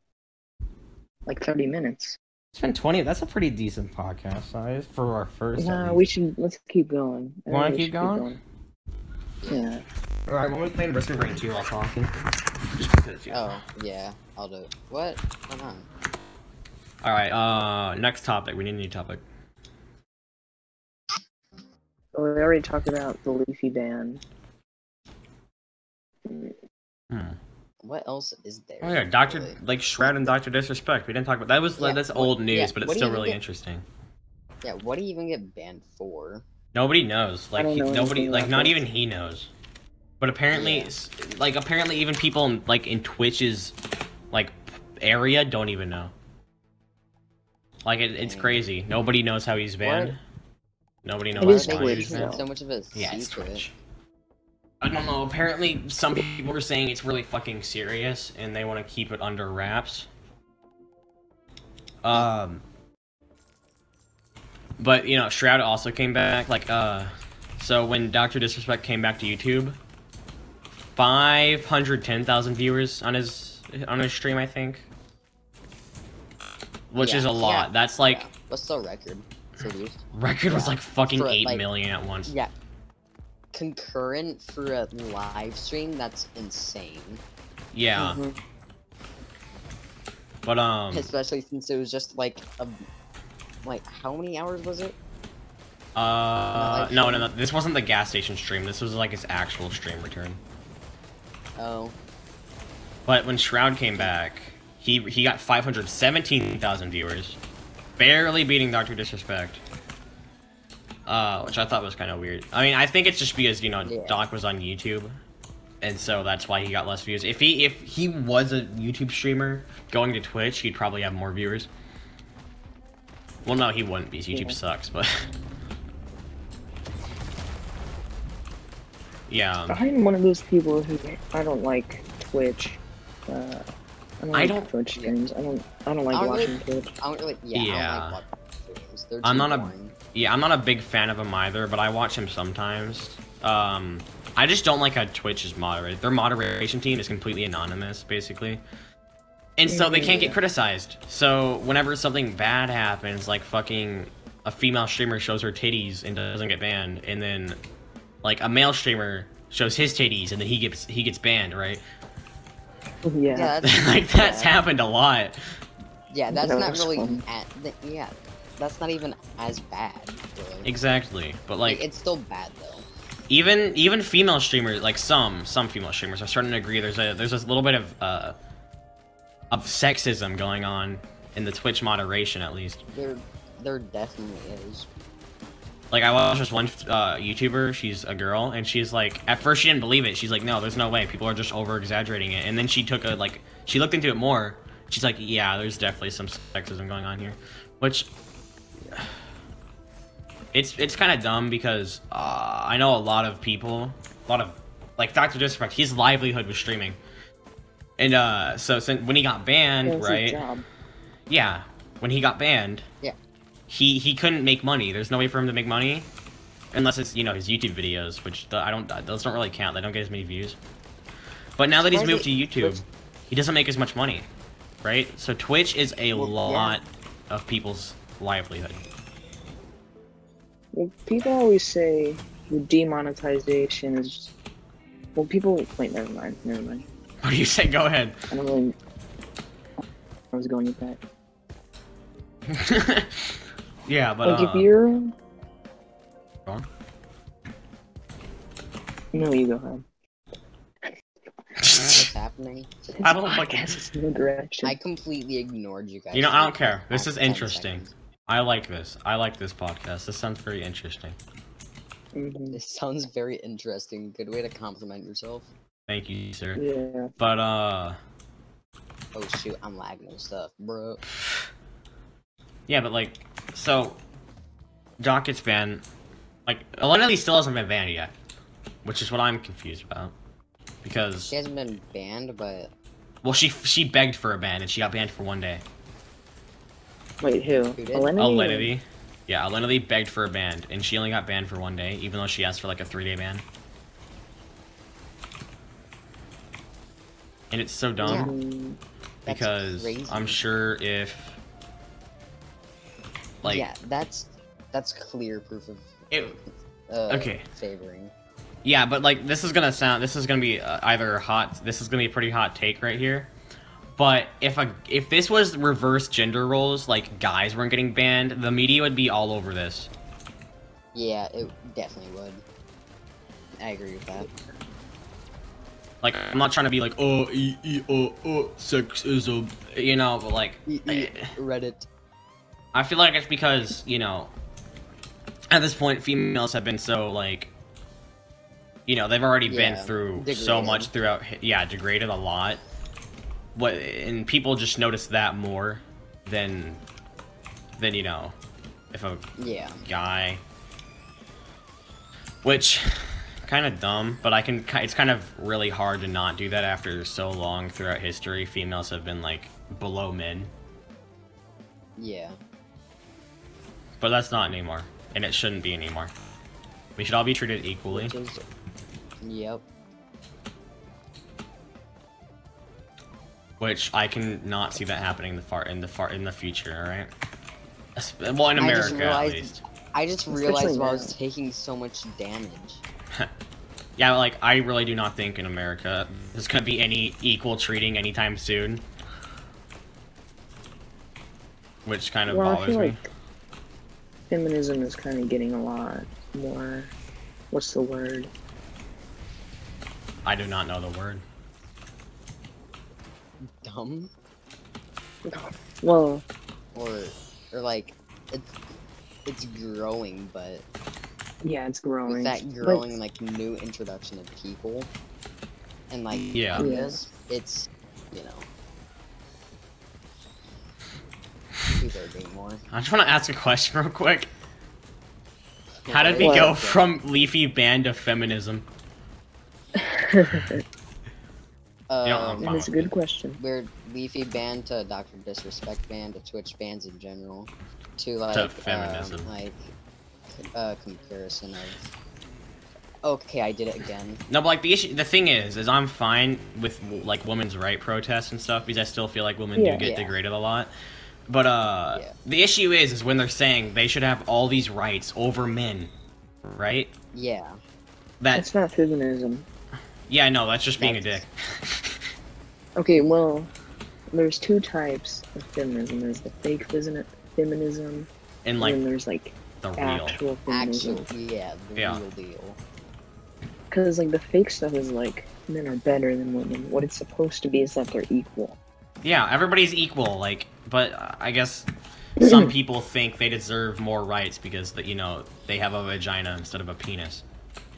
like thirty minutes.
It's been 20. That's a pretty decent podcast size for our first. at
Nah,
least.
we should let's keep going. I
Wanna
think we
keep
should
going?
Yeah.
All right, when we play Risk of Rain 2, I'll talk. Just because, yeah.
Oh, yeah. I'll do it. What? Hold on.
All right, uh, next topic. We need a new topic.
Well, we Oh, already talked about the leafy ban.
Hmm.
What else is there?
Oh, yeah, Dr.
really?
Like Shroud and Dr. Disrespect. We didn't talk about That was like
Yeah,
that's
what-
old news,
yeah,
but
what
it's
do
still
you
really
get-
interesting.
Yeah. What do you even get banned for?
Nobody knows. Like
don't
he-
know
nobody,
anything
like
about
not
this.
even he knows. But apparently,
Yeah.
s- like apparently, even people in, like in Twitch's like area don't even know. Like it, it's
Dang.
crazy. Nobody knows how he's banned.
What?
Nobody
It
Why
knows
is
are
why
they
Twitch,
he's
making
banned.
though.
So much of a
Yeah, it's
secret?
Twitch. I don't know. Apparently, some people are saying it's really fucking serious, and they want to keep it under wraps. Um, but you know, Shroud also came back. Like, uh, so when Doctor Disrespect came back to YouTube, five hundred ten thousand viewers on his on his stream, I think, which
Yeah,
is a lot.
yeah,
That's like
Yeah. What's the record? produced.
Record was
Yeah.
like fucking
For,
eight million
like-
at once.
Yeah. Concurrent for a live stream, that's insane.
Yeah,
Mhm.
but um,
Especially since it was just like a like how many hours was it?
uh,
live
no, no, no. This wasn't the gas station stream. This was like his actual stream return.
Oh.
But when Shroud came back, he he got 517,000 viewers, barely beating Doctor Disrespect. Uh, which I thought was kind of weird. I mean, I think it's just because you know
Yeah.
Doc was on YouTube, and so that's why he got less views. If he if he was a YouTube streamer going to Twitch, he'd probably have more viewers. Well, no, he wouldn't because YouTube
Yeah.
sucks. But yeah, um,
I'm one of those people who I don't like Twitch. Uh, I don't,
I
like
don't-
Twitch streams. I don't. I don't like
I don't
watching
like-
Twitch.
I don't really yeah, I
Yeah.
don't like watching streams. They're
I'm
too
not a-
boring.
Yeah, I'm not a big fan of him either, but I watch him sometimes. Um, I just don't like how Twitch is moderated. Their moderation team is completely anonymous, basically. And so they can't get criticized. So whenever something bad happens, like fucking a female streamer shows her titties and doesn't get banned, and then like a male streamer shows his titties and then he gets he gets banned, right?
Yeah.
Yeah, that's,
like that's
yeah.
happened a lot.
Yeah, that's
No,
not
it's
really
fun.
at th- yeah, that's not even as bad. Really.
Exactly. But like
it's still bad though.
even even female streamers like some some female streamers are starting to agree there's a there's this little bit of uh of sexism going on in the twitch moderation at least
There, there definitely is.
like i watched this one uh youtuber she's a girl and she's like at first she didn't believe it she's like no there's no way people are just over exaggerating it and then she took a like she looked into it more she's like yeah there's definitely some sexism going on here which it's it's kind of dumb because uh, i know a lot of people a lot of like dr disrespect his livelihood was streaming and uh so since when he got banned
That's his
right
job.
yeah, when he got banned.
Yeah.
He he couldn't make money. There's no way for him to make money, unless it's you know his YouTube videos, which the, I don't those don't really count. They don't get as many views. But now that he's
Why
moved
is
to
it-
YouTube,
Twitch-
he doesn't make as much money, right? So Twitch is a
Well, yeah.
lot of people's livelihood.
Well, people always say the demonetization is. Well, people. Wait, never mind. Never mind.
What do you say? Go ahead.
I don't really. I was going with that.
yeah, but
like,
uh,
if you're.
go on.
No, you go ahead.
What's happening?
I don't fucking.
Podcast is no direction.
I completely ignored you guys.
You know, I
for
don't care. This
like
is
10
interesting.
seconds.
I like this. I like this podcast. This sounds very interesting.
Mhm.
This sounds very interesting. Good way to compliment yourself.
Thank you, sir.
Yeah.
But uh.
Oh shoot, I'm lagging and stuff, bro.
Yeah, but like, so, Doc gets banned. Like, Elena Lee still hasn't been banned yet, which is what I'm confused about. Because,
She hasn't been banned, but
well, she she begged for a ban and she got banned for one day.
Wait, who?
did?
Elena?
Elena Lee, yeah, Elena Lee begged for a ban and she only got banned for one day, even though she asked for like a three day ban. And it's so dumb.
Mm,
that's
because
crazy.
I'm sure if like
yeah, that's that's clear proof of
it,
uh,
Okay.
favoring.
yeah, but like this is gonna sound this is gonna be uh, either hot this is gonna be a pretty hot take right here. But if a if this was reverse gender roles, like guys weren't getting banned, the media would be all over this.
Yeah, it definitely would. I agree with that.
Like I'm not trying to be like oh e e oh oh sexism, you know, but like
E- e- Reddit.
I feel like it's because you know, at this point, females have been so like, you know, they've already
Yeah,
been through so
degraded.
much throughout. hi- Yeah, degraded a lot. What and people just notice that more than than you know, if a
Yeah.
guy, which kind of dumb, but I can. ki- It's kind of really hard to not do that after so long throughout history. Females have been like below men.
Yeah.
But that's not anymore. And it shouldn't be anymore. We should all be treated equally.
Just, yep.
Which I can not see that happening in the far in the far in the future, alright? It's- Well, in
I
America,
just
at
realized-
least.
I just
Especially
realized why I
now.
was taking so much damage.
Yeah, like I really do not think in America there's gonna be any equal treating anytime soon, which kind of
Well, I
bothers
feel
me.
like feminism is kind of getting a lot more. What's the word?
I do not know the word.
Dumb
Well,
or or like it's it's growing, but
yeah, it's growing.
with that
Like,
growing like new introduction of people and like
Yeah.
ideas, it's you know people are doing more.
I just want to ask a question real quick. How did we
What?
go from leafy band to feminism?
Um,
Yeah,
that is a good question.
we're Leafy band to Doctor Disrespect band to Twitch bands in general, to like um,
feminism.
like uh, comparison of. Okay, I did it again.
No, but like the issue, the thing is, is I'm fine with like women's right protests and stuff because I still feel like women
Yeah.
do get
Yeah.
degraded a lot. But uh,
Yeah.
the issue is, is when they're saying they should have all these rights over men, right?
Yeah,
That
That's not feminism.
yeah, no, that's just being a
That's-
dick.
Okay, well, there's two types of feminism. There's the fake femi- feminism,
And
and
like
then there's like
the real.
actual feminism.
actually, yeah, the
Yeah.
real deal.
Because like the fake stuff is like men are better than women. What it's supposed to be is that they're equal.
Yeah, everybody's equal. Like, but uh, I guess some people think they deserve more rights because that you know they have a vagina instead of a penis.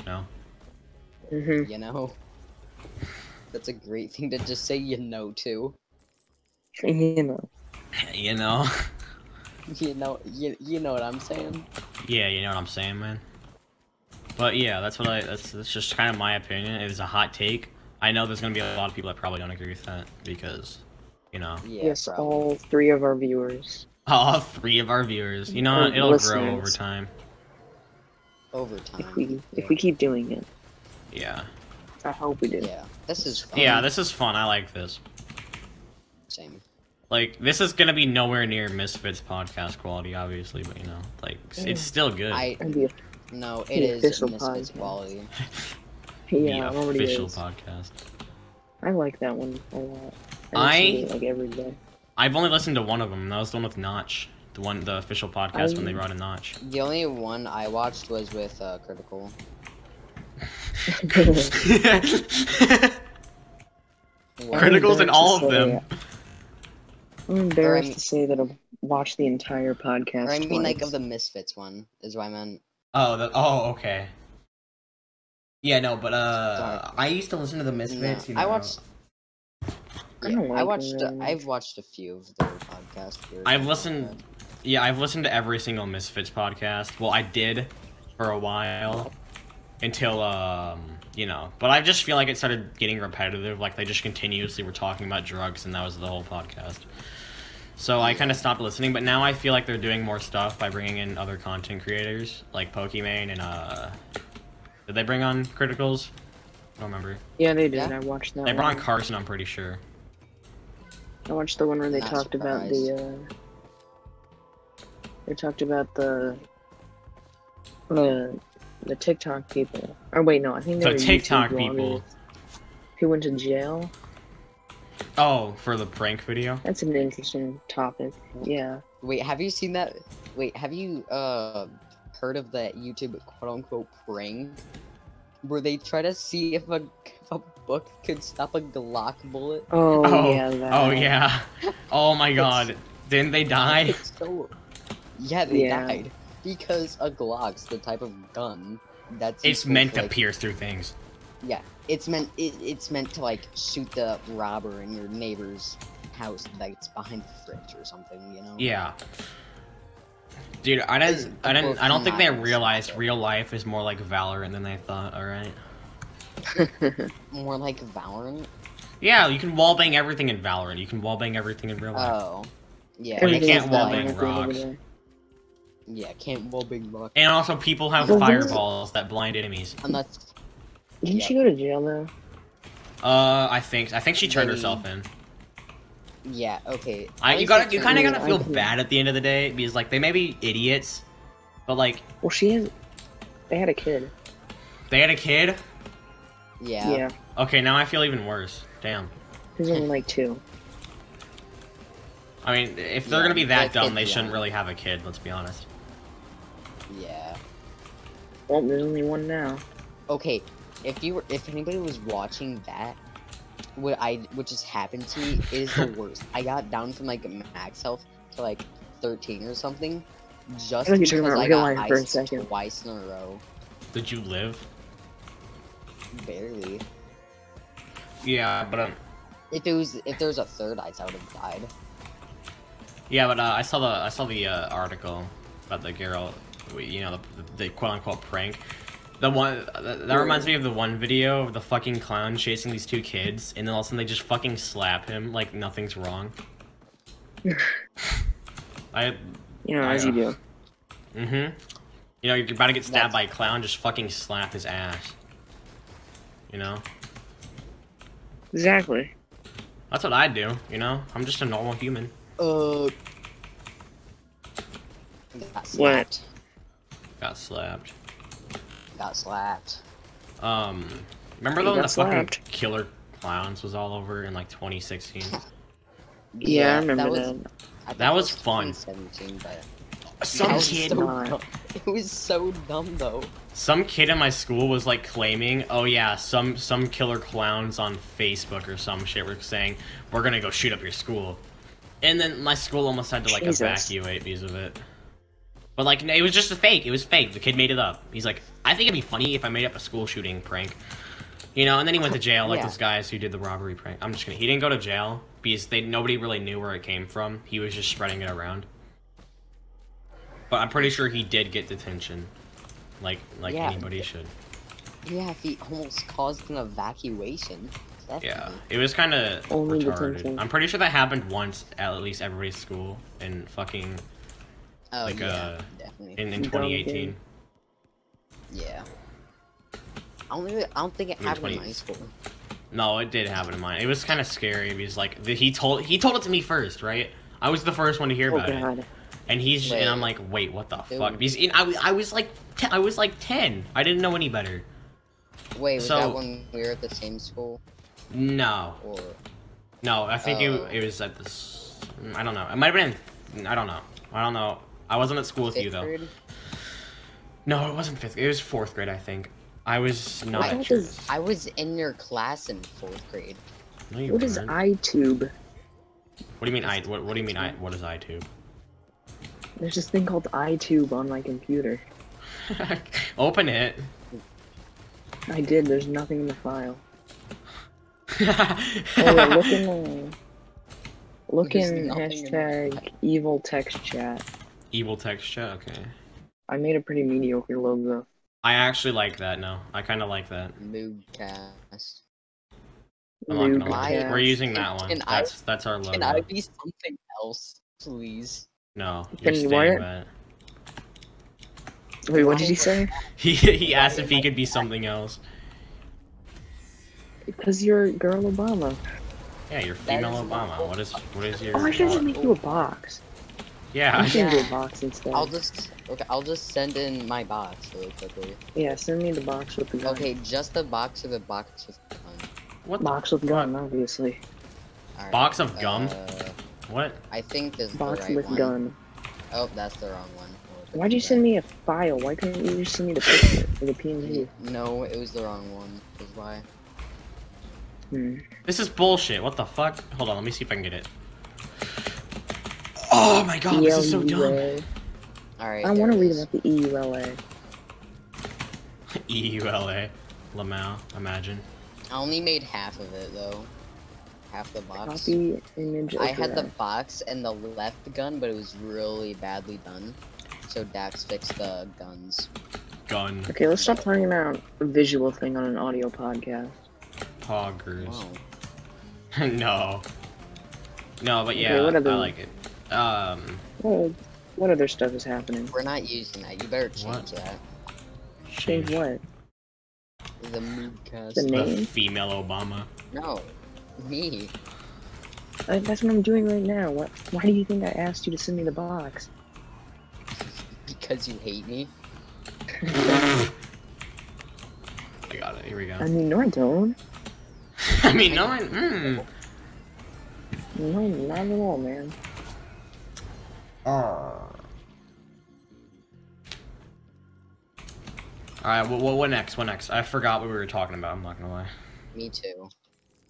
You know?
Mm-hmm.
You know, that's a great thing to just say you know to.
You know,
You know?
You know, you, you know what I'm saying.
yeah, you know what I'm saying, man. But yeah, that's what I. That's, that's just kind of my opinion. It was a hot take. I know there's gonna be a lot of people that probably don't agree with that because, you know,
Yeah,
yes,
probably.
all three of our viewers.
all three of our viewers. You know,
Or
it'll grow
listeners.
over time.
over time.
If we
Um, yeah.
if we keep doing it,
Yeah.
I hope we do.
yeah, this is fun.
Yeah, this is fun. I like this.
same.
Like this is gonna be nowhere near Misfits podcast quality, obviously, but you know, like s-
Mm.
it's still good.
I
It'd be a-
no, it
The
is
official
Misfits
podcast.
quality.
yeah, it
the
already
official
is.
podcast.
I like that one a lot.
I-
listen to it, like every day.
I've only listened to one of them. and That was the one with Notch, the one, the official podcast when they
I-
brought in Notch.
The only one I watched was with uh, Critical. What?
Criti-
Criticals in all of them.
I'm embarrassed
mean-
to say that I've watched the entire podcast.
Or I mean, like of
twice.
the Misfits one is what I meant.
Oh, the, oh, okay. Yeah, no, but uh,
Sorry.
I used to listen to the
No,
Misfits. You know,
I watched.
I
Yeah, I,
don't like
watched.
them very
I've watched a few of their podcasts. their
I've
podcast.
listened- Yeah, I've listened to every single Misfits podcast. Well, I did for a while until um, you know, but I just feel like it started getting repetitive. Like they just continuously were talking about drugs, and that was the whole podcast. So I kind of stopped listening, but now I feel like they're doing more stuff by bringing in other content creators like Pokimane and uh, did they bring on Criticals? I don't remember.
yeah, they did.
Yeah.
I watched that.
They brought
one.
on Carson, I'm pretty sure.
I watched the one where they
Not
talked about the. Uh, they talked about the. The the TikTok people. Or wait, no, I think they
The
were YouTube
TikTok
vloggers
people.
Who went to jail?
Oh, for the prank video.
That's an interesting topic. Yeah.
Wait, have you seen that? Wait, have you uh heard of that YouTube quote unquote prank where they try to see if a if a book could stop a Glock bullet?
Oh,
Oh,
yeah. That.
Oh yeah. Oh my
It's-
god. Didn't they die?
It's so. Yeah, they
Yeah.
died because a Glock's the type of gun that's.
It's
useful
meant
for,
to
like,
pierce through things.
Yeah, it's meant it, it's meant to like shoot the robber in your neighbor's house that's behind the fridge or something, you know?
Yeah. Dude, I didn't, I didn't, I don't think they realized real life is more like Valorant than they thought. All right.
More like Valorant.
Yeah, you can wallbang everything in Valorant. You can wallbang everything in real life.
Oh, yeah.
Well, you
Everything
can't
is
because,
wall
valid
bang
at the end of
rocks.
the day.
Yeah, can't wall bang rock
and also, people have
Well, there's-
fireballs that blind enemies.
unless
Didn't she go to jail though?
Uh, I think, I think she turned herself in.
Yeah. Okay.
I,
at
you
least
gotta,
it's
you kind of
something.
gotta feel
I can-
bad at the end of the day because like they may be idiots, but like
Well, she has. They had a kid.
they had a kid.
Yeah.
Yeah.
Okay, now I feel even worse. Damn.
He's only like two.
I mean, if they're
Yeah,
gonna be that
that
dumb,
kid's
they shouldn't
young.
really have a kid. Let's be honest.
Yeah.
Well, there's only one now.
Okay. If you were, if anybody was watching that, what I what just happened to me is the worst. I got down from like max health to like 13 or something, just
I thought
because
you were talking about
I
real
got
life for a
iced
second.
twice in a row,
Did you live?
barely.
Yeah, but um,
If it was if there was a third ice, I would have died.
yeah, but uh, I saw the I saw the uh, article about the girl, you know, the, the quote unquote prank. The one that, that reminds me of the one video of the fucking clown chasing these two kids, and then all of a sudden they just fucking slap him like nothing's wrong. I
You know,
I
as you
know.
do.
Mm-hmm. You know, you're about to get stabbed
That's-
by a clown, just fucking slap his ass. You know?
Exactly.
That's what I do, you know? I'm just a normal human.
Uh. Got slapped.
Got slapped.
Got slapped.
Um remember
You
when
got
the fucking
slapped.
killer clowns was all over in like twenty sixteen?
Yeah, I remember
that. Was,
that.
I think
That was fun.
2017, but that
Some
was
kid
so
Nah.
dumb. It was so dumb though.
some kid in my school was like claiming, oh yeah, some some killer clowns on Facebook or some shit were saying, We're gonna go shoot up your school. And then my school almost had to like
Jesus.
evacuate because of it. But like it was just a fake. It was fake. The kid made it up. He's like, I think it'd be funny if I made up a school shooting prank. You know, and then he went to jail like
Yeah.
those guys who did the robbery prank. I'm just gonna he didn't go to jail because they nobody really knew where it came from. He was just spreading it around. But I'm pretty sure he did get detention. Like like
Yeah.
anybody should.
Yeah, he almost caused an evacuation.
Yeah.
Definitely.
It was kinda
Only
retarded.
detention.
I'm pretty sure that happened once at least everybody's school in fucking
Oh
Like,
yeah,
uh,
definitely.
in, in
Dumb
2018.
kid.
yeah. I don't, really, I don't think it
mean,
happened in
20.
high school.
No, it did happen to mine. It was kind of scary because like the, he told he told it to me first, right? I was the first one to hear
Oh
about it,
god.
and he's
Wait.
and I'm like, wait, what the fuck?
Ew.
Because and I, I was like te- I was like ten. I didn't know any better.
Wait, was
So-
that when we were at the same school?
No,
Or
no, I think
Oh.
it, it was at this. I don't know. It might have been. In, I don't know. I don't know. I wasn't at school with
fifth
you though.
grade?
No, it wasn't fifth. It was fourth grade, I think. I was not.
I
at
what
church.
is-
I was in your class in fourth grade.
No, you
What is
weren't.
iTube?
What do you mean? I. What, what do you mean? I. What is iTube?
There's this thing called iTube on my computer.
Open it.
I did. There's nothing in the file. Oh, wait, look in the. Look
There's
in
nothing in the
hashtag evil text chat.
Evil texture. Okay.
I made a pretty mediocre logo.
I actually like that. No, I kind of like that.
Moodcast.
I'm not gonna
Noob
lie.
Lucas.
cast.
We're using that
Can-
one.
can I-
That's that's our logo.
Can I be something else, please?
No, you're
Can you wear
staying
it?
that.
Wait, what did you say?
He he asked if he could be something else.
Because you're girl Obama.
Yeah, you're
That
female
is not
Obama.
cool.
What is what is your?
Oh, I should just make you a box.
yeah.
I
I-
should do a box instead.
I'll just okay. I'll just send in my box really quickly.
Yeah, send me the box with the gun.
Okay, just the box of the box with gun.
What the
Box with gun, obviously.
Alright,
Box of gum?
Uh,
what?
I think this is
Box
the right
with
one.
gun.
Oh, that's the wrong one. Hold on.
Why'd you send me a file? Why couldn't you just send me the picture or the PNG?
No, it was the wrong one. Is why.
Hmm.
This is bullshit. What the fuck? Hold on, let me see if I can get it. Oh my god, this is so
E
E
dumb.
EULA.
All right.
I want to read about the E EULA.
EULA, E Lamau. Imagine.
I only made half of it though. Half the box.
Copy image.
I had the
address.
box and the left gun, but it was really badly done. So Dax fixed the guns.
Gun
Okay, let's stop talking about a visual thing on an audio podcast.
poggers.
Wow.
no. No, but yeah,
Okay, what
I
other-
like it. Um.
What, what other stuff is happening?
We're not using that. You better change
What?
that.
Change what?
The moodcast.
The
The
name?
female Obama.
No, me.
Like, that's what I'm doing right now. What? Why do you think I asked you to send me the box?
because you hate me.
I got it. Here we
I
go.
mean, no, I don't.
I mean, no one. Mm.
No, not at all, man.
All right. What, what? What next? What next? I forgot what we were talking about. I'm not gonna lie.
Me too.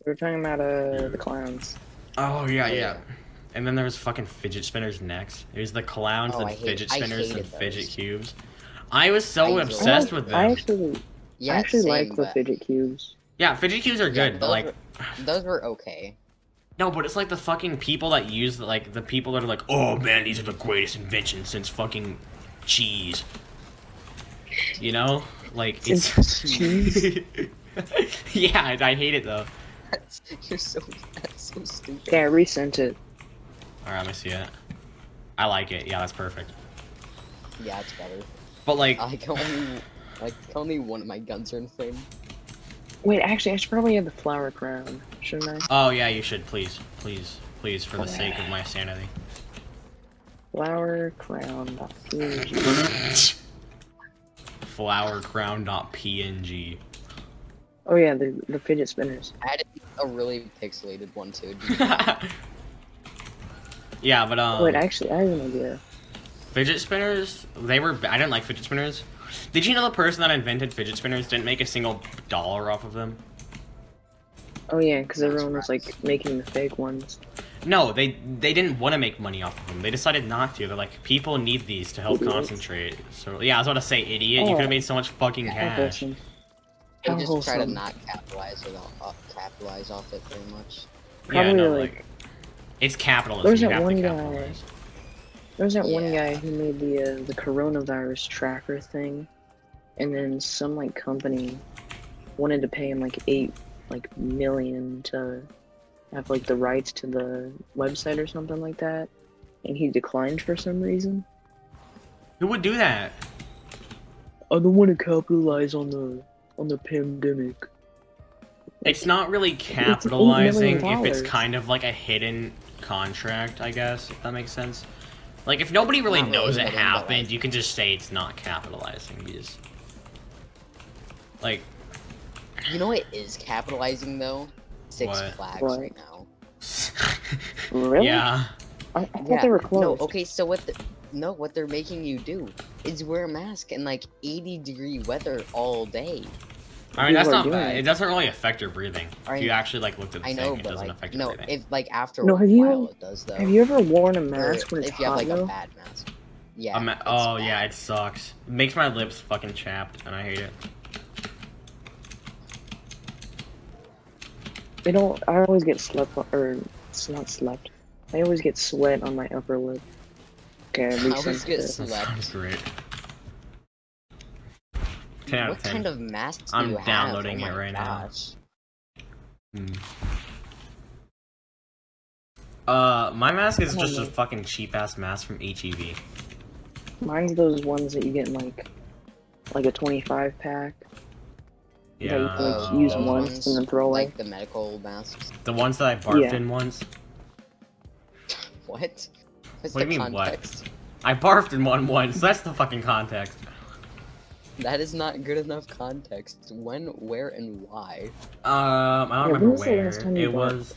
We were talking about uh the clowns.
Oh yeah, yeah. And then there was fucking fidget spinners next. It was the clowns,
Oh,
and
I hate-
fidget
I
spinners, and
hated
fidget
those.
cubes. I was
I
so
like-
obsessed
I,
with
like-
them.
I actually,
Yeah,
I actually
same,
like the
but
fidget cubes.
yeah, fidget cubes are
Yeah,
good, but
those
like,
Those were okay.
no, but it's like the fucking people that use the, like the people that are like, oh man, these are the greatest inventions since fucking cheese. You know, like it's.
cheese.
yeah, I, I hate it though.
You're so that's so stupid.
Yeah, I resent it.
All right, let me see it. I like it. Yeah, that's perfect.
Yeah, it's better.
But like,
I like only like only one of my guns are in flame.
Wait, actually, I should probably have the flower crown, shouldn't I?
oh yeah, you should please, please, please, for the sake of my sanity.
Flower crown. PNG.
Flower crown dot png.
Oh yeah, the the fidget spinners.
I had a really pixelated one too.
yeah, but um,
Wait, actually, I have an idea.
fidget spinners. They were. I didn't like fidget spinners. Did you know the person that invented fidget spinners didn't make a single dollar off of them?
Oh yeah, because everyone was like making the fake ones.
No, they they didn't want to make money off of them. They decided not to. They're like, people need these to help
Idiots. Oh.
concentrate. So yeah, I was about to say, idiot. You could have made so much fucking cash.
Unfortunately.
I
How
just try to
wholesome.
not capitalize it off, uh, capitalize off it very much.
Yeah,
Probably,
no,
like-
like, it's capitalism.
There's
you
that
have to
one guy-
capitalize.
There's that one
Yeah.
guy who made the uh, the coronavirus tracker thing, and then some like company wanted to pay him like eight like million to have like the rights to the website or something like that, and he declined for some reason.
Who would do that?
I don't want to capitalize on the on the pandemic.
It's not really
million
capitalizing if it's
dollars.
kind of like a hidden contract, I guess, if that makes sense. Like if nobody really
Not really
knows it
hidden, but,
happened,
like-
you can just say it's not capitalizing. You just like
You know what is capitalizing though? Six
What?
flags
What?
right now.
Really?
yeah,
I, I thought they were close.
No, okay, so what the no, what they're making you do is wear a mask in like 80 degree weather all day.
I mean that's
People are
not bad.
doing it.
It doesn't really affect your breathing.
I-
If you actually like looked at the
I
thing,
know,
it
but
doesn't
like
affect your
no,
breathing.
if like after
No,
a
have
while
you-
it does though.
Have you ever worn
Or
a mask when it's
if you have
hot
like
though?
a bad mask. Yeah.
Um,
it's
oh
bad.
yeah, it sucks. It makes my lips fucking chapped, and I hate it.
They don't. I always get slept on- or it's not slept. I always get sweat on my upper lip. Okay, at
I
least
always
that's
get
good.
sweat.
That
Left.
sounds great. Ten out
what
of ten.
kind of mask do
I'm
you have?
downloading
Oh
it
my
right now.
gosh.
Mm. Uh, my mask is
Oh,
just a
no.
fucking cheap ass mask from E HEV.
Mine's those ones that you get in like, like a twenty-five pack.
Yeah,
That you can like
Oh,
use
those
once
ones?
and then throw away.
Like the medical masks.
the ones that I barfed
Yeah.
in once.
What? What's
What
the
do you mean, what?
context?
I barfed in one once. That's the fucking context.
That is not good enough context. When, where, and why?
Um, I
Yeah,
don't
when
remember
was the
where
last time
it
you barfed?
was.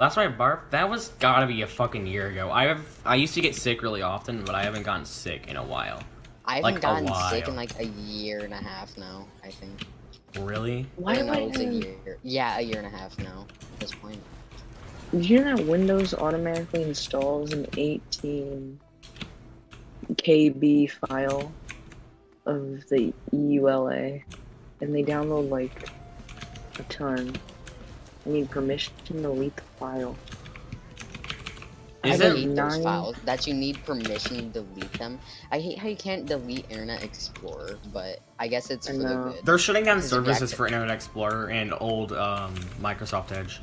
Last time I barfed, that was gotta be a fucking year ago. I've I used to get sick really often, but I haven't gotten sick in a while.
I haven't
Like, a
gotten sick in
while.
like a year and a half now. I think.
Really?
Why
Or
do
no,
I?
it's a
have-
year. Yeah, a year and a half now. At this point.
Did you know that Windows automatically installs an eighteen KB file of the EULA, and they download like a ton. I need permission to delete the file.
Is
I
it-
hate those
Nine-
files that you need permission to delete them. I hate how you can't delete Internet Explorer, but I guess it's
I
for the
know.
good.
They're shutting down
Is it
services
back-
for Internet Explorer and old um, Microsoft Edge.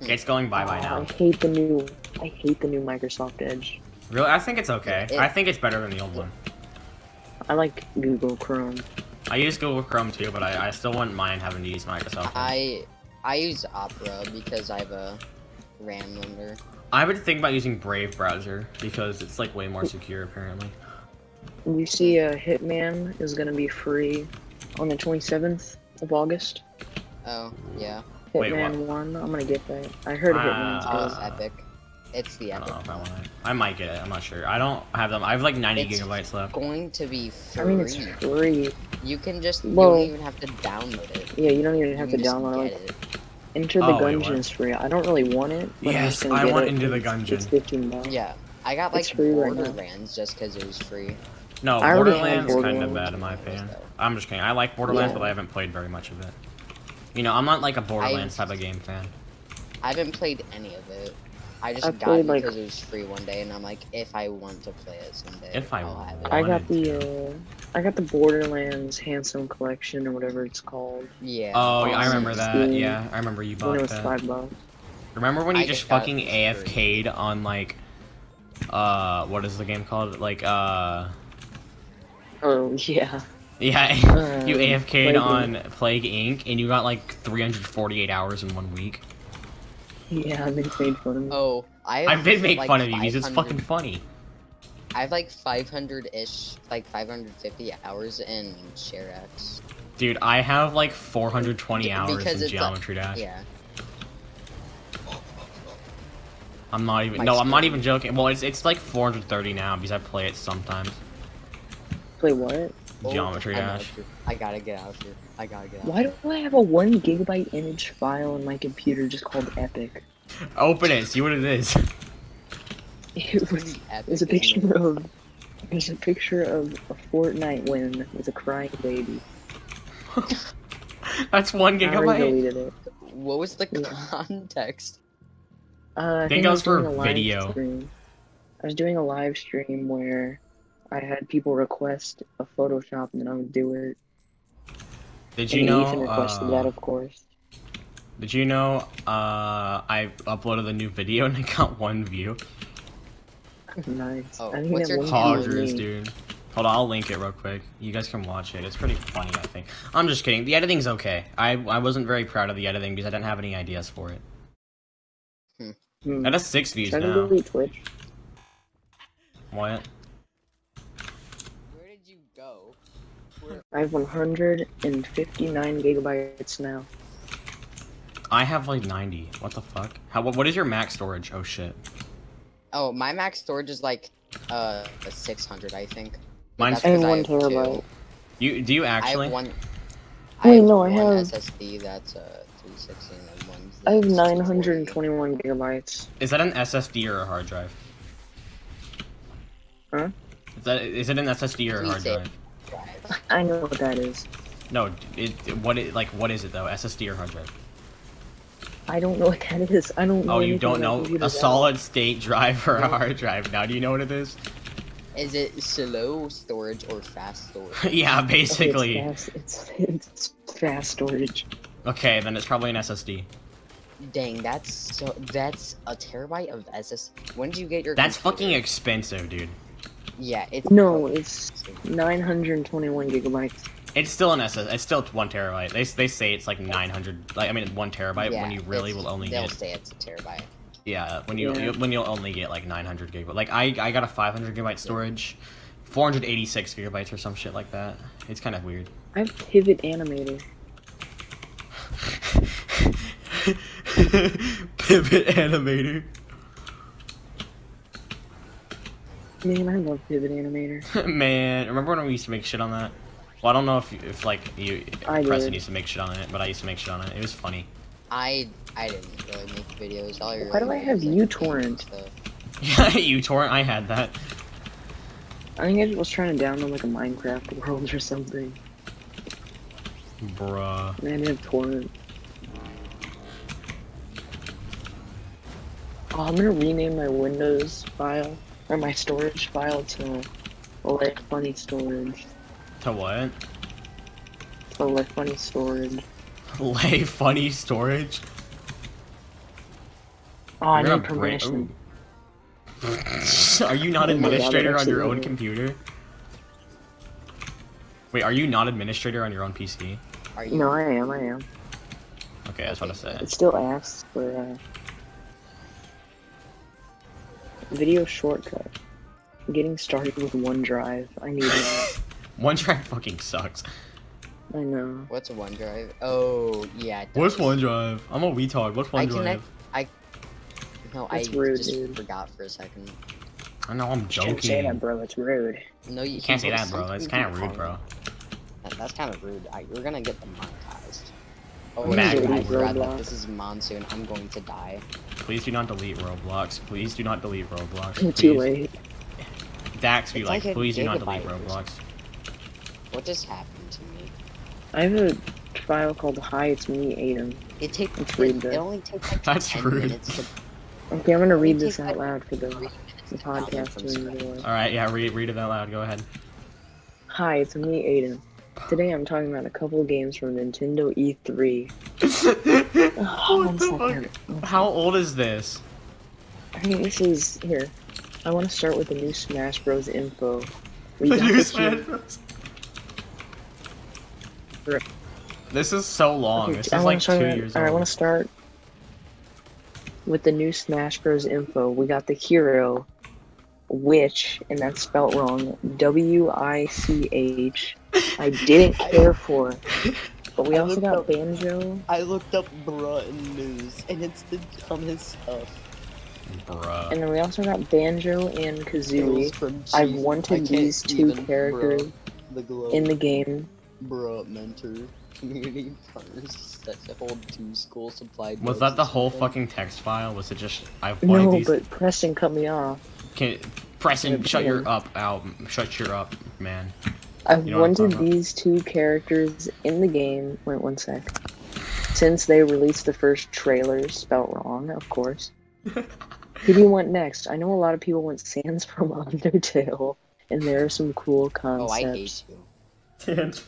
It's going bye bye
I
now.
hate the new. I hate the new Microsoft Edge.
Really, I think it's okay.
It-
I think it's better than the old one.
I like Google Chrome.
I use Google Chrome too, but I, I still wouldn't mind having to use Microsoft.
I I use Opera because I have a RAM limiter.
I would think about using Brave browser because it's like way more secure apparently.
You see, uh, Hitman is gonna be free on the 27th of August.
Oh yeah,
Hitman
Wait, what? Uh,
1, I'm gonna get that. I heard Hitman's
Wow.
oh,
good.
it's epic. It's the
I don't
epic.
know if I
one.
want it. I might get it. I'm not sure. I don't have them. I have like 90
It's-
gigabytes left.
Going to be free.
I mean, it's free.
You can just
Well-
you don't even have to download it.
Yeah, you don't even
You
have to
can just
download
get
it. Enter the
Oh, wait,
Gungeon
what?
is free. I don't really want it. But I'm
Yes,
just gonna
I
get
want
it.
Into the
It's- It's
Gungeon.
15 bucks.
Yeah, I got like
It's free right now.
Borderlands just because it was free.
No,
I already have
Borderlands is kind of
Borderlands.
bad in my opinion. I'm just kidding. I like Borderlands,
Yeah.
but I haven't played very much of it. You know, I'm not like a Borderlands
I-
type of game fan.
I haven't played any of it. I just
I
got
played,
it
like-
because it was free one day, and I'm like, if I want to play it someday,
If I
will have it.
I got
wanted
the uh, I got the Borderlands Handsome Collection or whatever it's called.
Yeah.
Oh, yeah, I
awesome.
remember that.
Steam.
Yeah, I remember you
You know,
bought
it's
that.
five bucks.
Remember when you
I
just
just got
fucking
it for free.
AFK'd on like, uh, what is the game called? Like, uh,
Oh yeah.
yeah,
Um,
you AFK'd
Plague
on Plague Inc. and you got like 348 hours in one week.
Yeah, I've been made fun of.
Oh, I. Have
I did make
like
fun of you because it's
500
fucking funny.
I have like 500 ish, like 550 hours in Sharax.
Dude, I have like 420
D-
hours
because
in
it's a-
Geometry Dash.
Yeah.
I'm not even.
My
No, I'm not
screen.
even joking. Well, it's it's like 430 now because I play it sometimes.
Play what?
Oh,
Geometry
I'm out
Dash.
of here. I gotta get out of here. I gotta get out.
Why do I have a one gigabyte image file on my computer just called Epic?
Open it. See what it is.
It was,
Pretty epic,
it was a
isn't it?
picture of it was a picture of a Fortnite win with a crying baby.
That's one
I already
gigabyte.
deleted it.
What was the
Yeah.
context?
Uh, I
Think
I
that
was
was for
doing a live
video.
Stream. I was doing a live stream where I had people request a Photoshop and then I would do it.
Did
and
you
Ethan
know?
requested that,
Uh,
of course.
did you know? Uh, I uploaded a new video and I got one view.
Nice.
Oh,
I think
what's
that
your
one
channel
was
Poggers,
me.
dude. Hold on, I'll link it real quick. You guys can watch it. It's pretty funny, I think. I'm just kidding. The editing's okay. I I wasn't very proud of the editing because I didn't have any ideas for it.
Hmm.
That has six views
Try to
now.
delete Twitch.
What?
Where did you go?
I have 159 gigabytes now.
I have like 90. What the fuck? How? What, what is your max storage? Oh shit.
Oh, my max storage is like uh 600, I think.
Mine's
That's
I have
'cause
one
two.
terabyte.
You do you
I
actually?
have one.
Wait, no, I
one
have-
SSD that's uh 316 and one's
I have
that's
921 gigabytes.
Is that an SSD or a hard drive?
Huh?
Is that is it an SSD or a hard
Please say.
drive?
240.
I know what that is.
No, it what it like what is it though? SSD or hard drive?
I don't know what that is. I don't know.
Oh, you
anything
don't
about
know
computers
a
at
solid state drive or a
No.
hard drive. Now do you know what it is?
Is it slow storage or fast storage?
yeah,
all.
basically.
It's fast, it's, it's fast storage.
Okay, then it's probably an SSD.
Dang, that's so. That's a terabyte of SS. When did you get your?
That's
computer?
fucking expensive, dude.
Yeah, it's.
No, it's 921 gigabytes.
It's still an SS. It's still one terabyte. They they say it's like 900. Like I mean, one terabyte when
Yeah,
you really
it's-
will only
They'll
get
say it's a terabyte.
Yeah, when you,
Yeah.
you- when you'll only get like 900 gigabyte. Like I I got a 500 gigabyte storage, 486 gigabytes or some shit like that. It's kind of weird.
I have Pivot Animator.
Pivot animator.
Man, I love Pivot Animator.
Man, remember when we used to make shit on that? Well, I don't know if you- if like you
I
Preston
did.
used to make shit on it, but I used to make shit on it. It was funny.
I I didn't really make videos. All I
Why do
really
I
made
have
was, like,
uTorrent?
games, though.
Yeah, you torrent. I had that.
I think I was trying to download like a Minecraft world or something.
Bruh.
And I didn't have torrent. Oh, I'm gonna rename my Windows file or my storage file to like funny storage.
To what?
To like funny storage.
Lay funny storage.
Oh, I
You're
need
a bra-
permission.
Ooh. are you not
Oh my God,
administrator
that
on your
actually
own
worked.
computer? Wait, are you not administrator on your own PC?
Are you?
No, I am. I am.
Okay, that's what I said.
It still asks for uh, Video shortcut. Getting started with OneDrive. I need that.
OneDrive fucking sucks.
I know.
What's OneDrive? Oh, yeah. it
What's
does.
OneDrive? I'm a retard. What's
I
OneDrive?
connect. I. No, I
That's rude,
just
dude.
forgot for a second.
I know I'm joking.
Don't say that, bro. It's rude.
No, you
You can't say that, bro.
sometimes
It's
you
kind
can
of rude,
call
bro.
it- that- That's kind of rude. I, we're gonna get demonetized. Oh,
Mad
dude, I
rude.
forgot that
Roblox.
this is monsoon. I'm going to die.
Please do not delete Roblox. Please do not delete Roblox.
Too
please.
late.
Dax, be
It's
like,
like a
please do not delete
gigabyte or
Roblox.
What just happened to me?
I have a file called Hi, it's me, Aiden.
It takes.
It's
It,
rude,
it
though.
only takes like
That's
10
rude.
minutes to.
Okay, I'm gonna read
It
this
takes,
out
like,
loud for the, the podcast to enjoy.
All right, yeah, read read it out loud. Go ahead.
Hi, it's me, Aiden. Today I'm talking about a couple of games from Nintendo E E3.
Oh, What the fuck? How old is this?
I mean, this is here. I want to start with the new Smash Bros. info. We
The
got
new
the
Smash
key-
Bros.
Right.
This is so long.
Okay,
This
I
is
wanna
like two
start with-
years
alright, I want
old.
to start with the new Smash Bros. info. We got the hero, which, and that's spelt wrong, W I C H. I didn't care for. But we
I
also
looked
got
up-
Banjo.
I looked up Bruton news, and it's the dumbest stuff.
Bruh.
And then we also got Banjo and Kazooie.
from
I've
Jesus. I
wanted
can't
these two
even,
characters
bruh. The globe.
in the game.
Bruh, mentor. Community partners. That's a whole two school supply.
Was
drugs
that the
and
whole
something.
fucking text file? Was it just I wanted
No,
these?
but Preston cut me off.
Can, press and
Yeah,
shut your
yeah.
up out. Shut your up, man.
I
You know what I'm
wanted
talking about.
these two characters in the game. Wait one sec. Since they released the first trailer, spelt wrong, of course. Who do you want next? I know a lot of people want Sans from Undertale, and there are some cool
Oh,
concepts.
I hate you.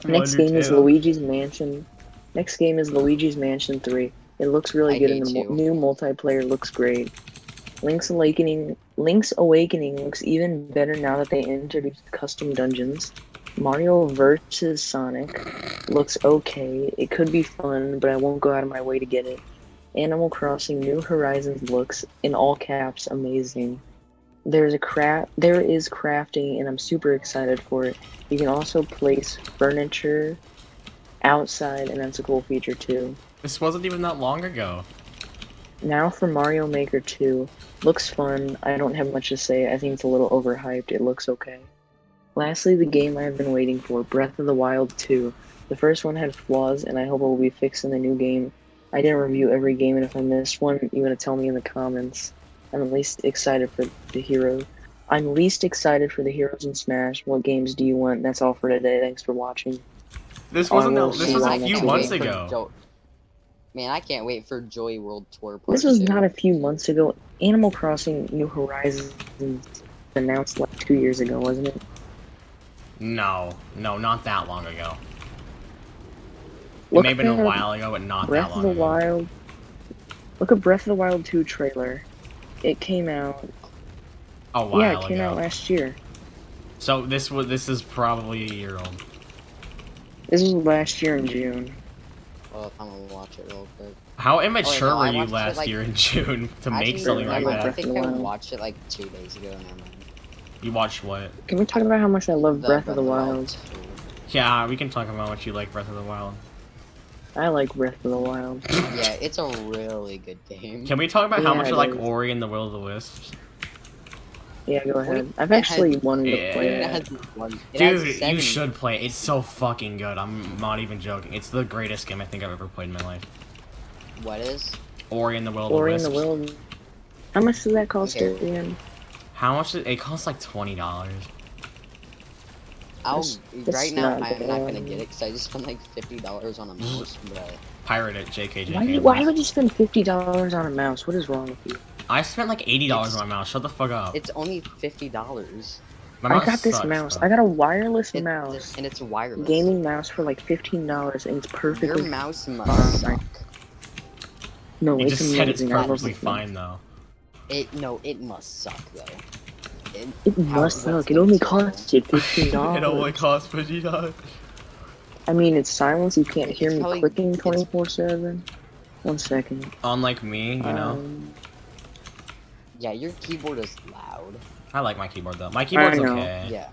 Next game is Luigi's Mansion. Next game is Luigi's Mansion 3. It looks really
I
good, and
hate
the mu-
you.
new multiplayer looks great. Link's Awakening, Link's Awakening looks even better now that they introduced custom dungeons. Mario vs. Sonic looks okay. It could be fun, but I won't go out of my way to get it. Animal Crossing New Horizons looks, in all caps, amazing. There's a craft. There is crafting, and I'm super excited for it. You can also place furniture outside, and that's a cool feature too.
This wasn't even that long ago.
Now for Mario Maker 2. Looks fun. I don't have much to say. I think it's a little overhyped. It looks okay. Lastly, the game I've been waiting for, Breath of the Wild 2. The first one had flaws, and I hope it will be fixed in the new game. I didn't review every game, and if I missed one, you want to tell me in the comments. I'm at least excited for the hero. I'm least excited for the heroes in Smash. What games do you want? That's all for today. Thanks for watching.
This
Oh,
wasn't.
I
That,
will
this
see
was
why
a
I
few
can't
months
wait for
ago.
Jo- Man, I can't wait for Joy World Tour. Part
This was
two.
not a few months ago. Animal Crossing New Horizons announced like two years ago, wasn't it?
No, no, not that long ago. It
Look
may have been a
at
while ago, but not
Breath
that
of
long
the
ago.
Wild. Look at Breath of the Wild 2 trailer. It came out.
A while
yeah, it came
ago.
out last year.
So this was. This is probably a year old.
This was last year in June.
Well, I'm gonna watch it real quick.
How immature
no, I
were you
watched it,
last
like-
year in June to make
Actually,
something like
never mind. I
that?
think I
Breath of the Wild.
watched it like two days ago. Never mind.
You watched what?
Can we talk about how much I love
The
Breath of the Wild?
two.
Yeah, we can talk about what you like Breath of the Wild.
I like Breath of the Wild.
Yeah, it's a really good game.
Can we talk about how
Yeah,
much
it
you like
is.
Ori and the Will of the Wisps?
Yeah, go ahead. I've
it
actually
had-
wanted to
Yeah.
play
It
it.
has one- it has
Dude,
seven-
you should play it. It's so fucking good. I'm not even joking. It's the greatest game I think I've ever played in my life.
What is?
Ori and the Will of
Ori
the
and
Wisps.
the Will. How much does that cost
Okay.
at the end?
How much? Did, it costs like twenty dollars.
I'll
That's- that's
right now.
not
I'm not gonna
bad.
get it because I just spent like fifty dollars on a mouse. But
Pirate it, JK,
Why,
JK.
why would you spend fifty dollars on a mouse? What is wrong with you?
I spent like eighty dollars on my mouse. Shut the fuck up.
it's only fifty dollars.
My
I
mouse
got this
sucks,
mouse.
though.
I got a wireless
It-
mouse,
and it's wireless.
gaming mouse for like fifteen dollars, and it's
Your
perfectly
mouse
fine.
must suck.
no,
You
it's
just said it's
amazing. I love
perfectly
this thing.
fine though.
It no, it must suck though. It,
It
How-
must
what's
suck. It
the
only
material?
costed fifteen
it only
dollars.
costs fifty dollars.
I mean, it's silence. You can't
It's
hear me
probably-
clicking
it's-
twenty four seven. One second.
Unlike me, you know.
Um,
Yeah, your keyboard is loud.
I like my keyboard though. My keyboard's
know.
okay.
Yeah.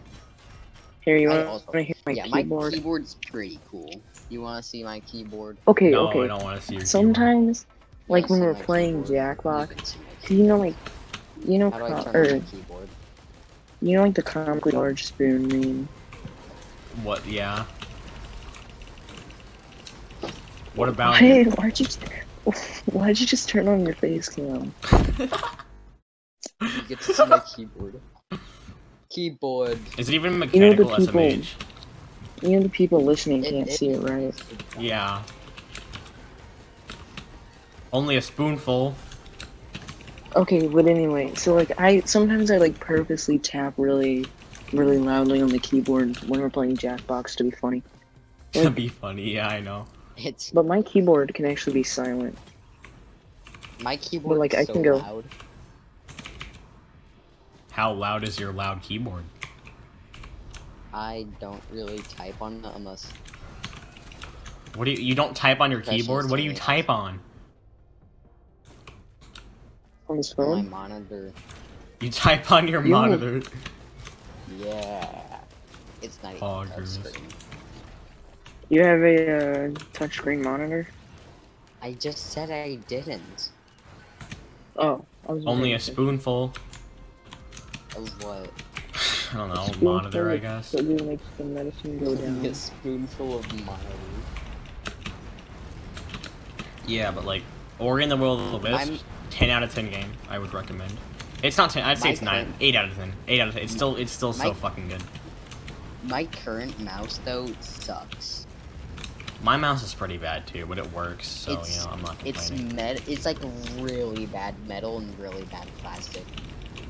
Here you
I
want
also-
to hear my
yeah,
keyboard?
my keyboard's pretty cool. You want to see my keyboard?
okay,
No, I
okay.
don't want to see your keyboard.
Sometimes,
You
like
wanna
when
see
we're
my
playing
keyboard? You
Jackbox,
can see my
do you know
keyboard.
like, you know,
How do I
com-
turn on
or
my keyboard?
you know like the comically large spoon meme.
What? Yeah. What about?
Hey, why'd you? Why'd you just turn on your face cam?
You get to see my keyboard. Keyboard.
Is it even
the
mechanical
people-
SMH?
You know the people listening
It-
can't
it-
see it, right?
Yeah. Only a spoonful.
Okay, but anyway, so like I sometimes I like purposely tap really, really loudly on the keyboard when we're playing Jackbox to be funny.
To be funny. Yeah, I know.
It's
But my keyboard can actually be silent.
my keyboard.
like,
is
I
so
can go-
Loud.
How loud is your loud keyboard?
I don't really type on it unless
What do you? You don't type on your
Professional
keyboard. What do you
stage.
type on?
On his
my
phone?
monitor.
You type on your
You-
monitor.
Yeah. It's not even
Oh,
touch
goodness.
screen.
You have a uh, touchscreen monitor?
I just said I didn't.
Oh, I
Only
was
a
wondering.
spoonful.
Of what?
I don't know.
Spoonful
Monitor, I guess.
That really makes the medicine go
A
down.
spoonful of money.
Yeah, but like Ori and the Will of the Wisps,
I'm-
ten out of ten game. I would recommend. It's not ten. I'd say
My
it's nine,
current-
eight out of ten, eight out of ten. It's still, it's still so
My-
fucking good.
My current mouse though sucks.
My mouse is pretty bad too, but it works. So
it's
you know, I'm not
it's
complaining.
met it's like really bad metal and really bad plastic.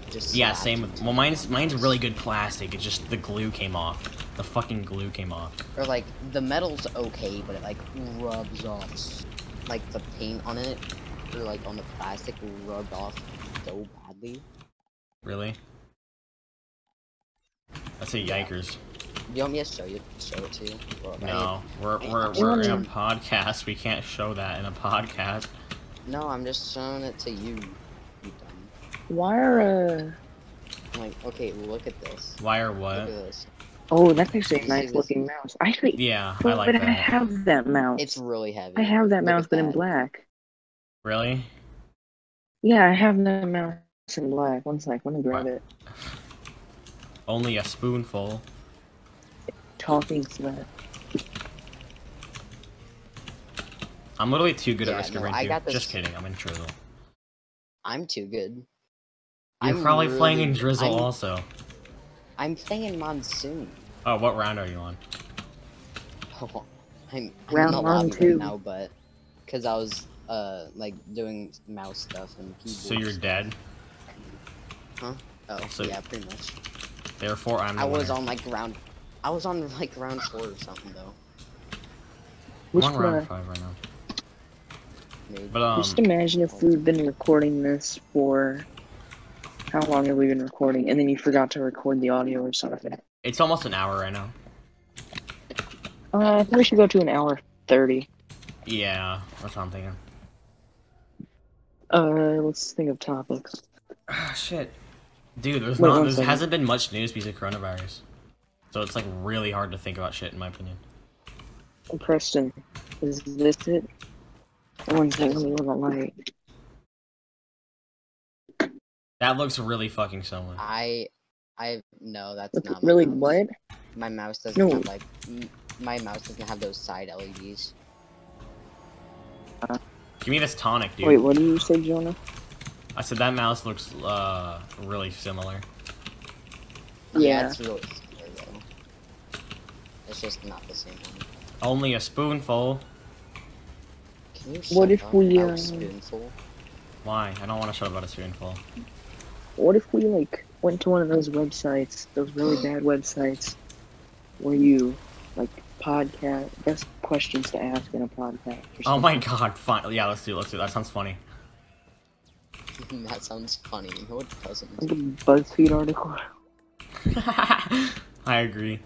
Just
Yeah,
slapped
same with.
into
Well,
my
mine's mine's
mouse.
really good plastic. It's just the glue came off. The fucking glue came off.
or like the metal's okay, but it like rubs off, like the paint on it or like on the plastic rubbed off so badly.
Really? That's a
Yeah.
yikers.
You want me to show you show it to you? Well, I
No, we're
I-
we're
I-
we're in a
Mm.
podcast. We can't show that in a podcast.
mean, no, I'm just showing it to you. You dumb.
Why are uh
I'm like, okay, look at this.
Why or
Look at
what?
this.
Oh, that's actually a
This
nice
is-
looking mouse. I actually
Yeah, I
but
like
I
that.
have that mouse.
It's really heavy.
I have that
Look
mouse
at
but in
that.
black.
Really?
Yeah, I have that mouse in black. One sec, let me grab
What?
it.
Only a spoonful.
Talking smack.
I'm literally too good at
Yeah,
Risk of
no,
Rain
I
2.
got this-
Just kidding, I'm in Drizzle.
I'm too good.
You're
I'm
probably playing
really-
in Drizzle
I'm-
also.
I'm playing Monsoon.
Oh, what round are you on?
I'm, I'm
Round
in the
one,
lobby
two.
right now, but because I was uh like doing mouse stuff and keyboard.
So you're dead.
Oh
so-
yeah, pretty much.
Therefore, I'm. The
I was
winner.
on like round. I was on like round four or something though.
Which
I'm on round
one?
five right now.
Maybe.
But um,
Just imagine if we've been recording this for how long have we been recording, and then you forgot to record the audio or something.
it's almost an hour right now.
Uh, I think we should go to an hour thirty.
Yeah, that's what I'm thinking.
Uh, let's think of topics.
Ah, shit, dude, there's
Wait,
not.
one
There
second.
hasn't been much news because of coronavirus. So it's like really hard to think about shit, in my opinion.
Oh, Preston, is this it? One second, let me look at my.
That looks really fucking similar.
I, I no, that's
Look,
not my
really,
mouse.
what?
My mouse doesn't
No.
have like m- my mouse doesn't have those side E LEDs.
Give me this tonic, dude.
Wait, what did you say, Jonah?
I said that mouse looks uh really similar.
Yeah.
it's really similar though. It's just not the same one.
Only a spoonful.
Can you
What
shut
if
up,
we,
mouse
um,
spoonful?
Why? I don't want to shut about a spoonful.
What if we like went to one of those websites, those really bad websites, where you like podcast best questions to ask in a podcast? Or
Oh
something?
my god, fine. Yeah, let's do it, let's do it. That sounds funny.
that sounds funny. No, it doesn't.
Like a BuzzFeed article.
I agree.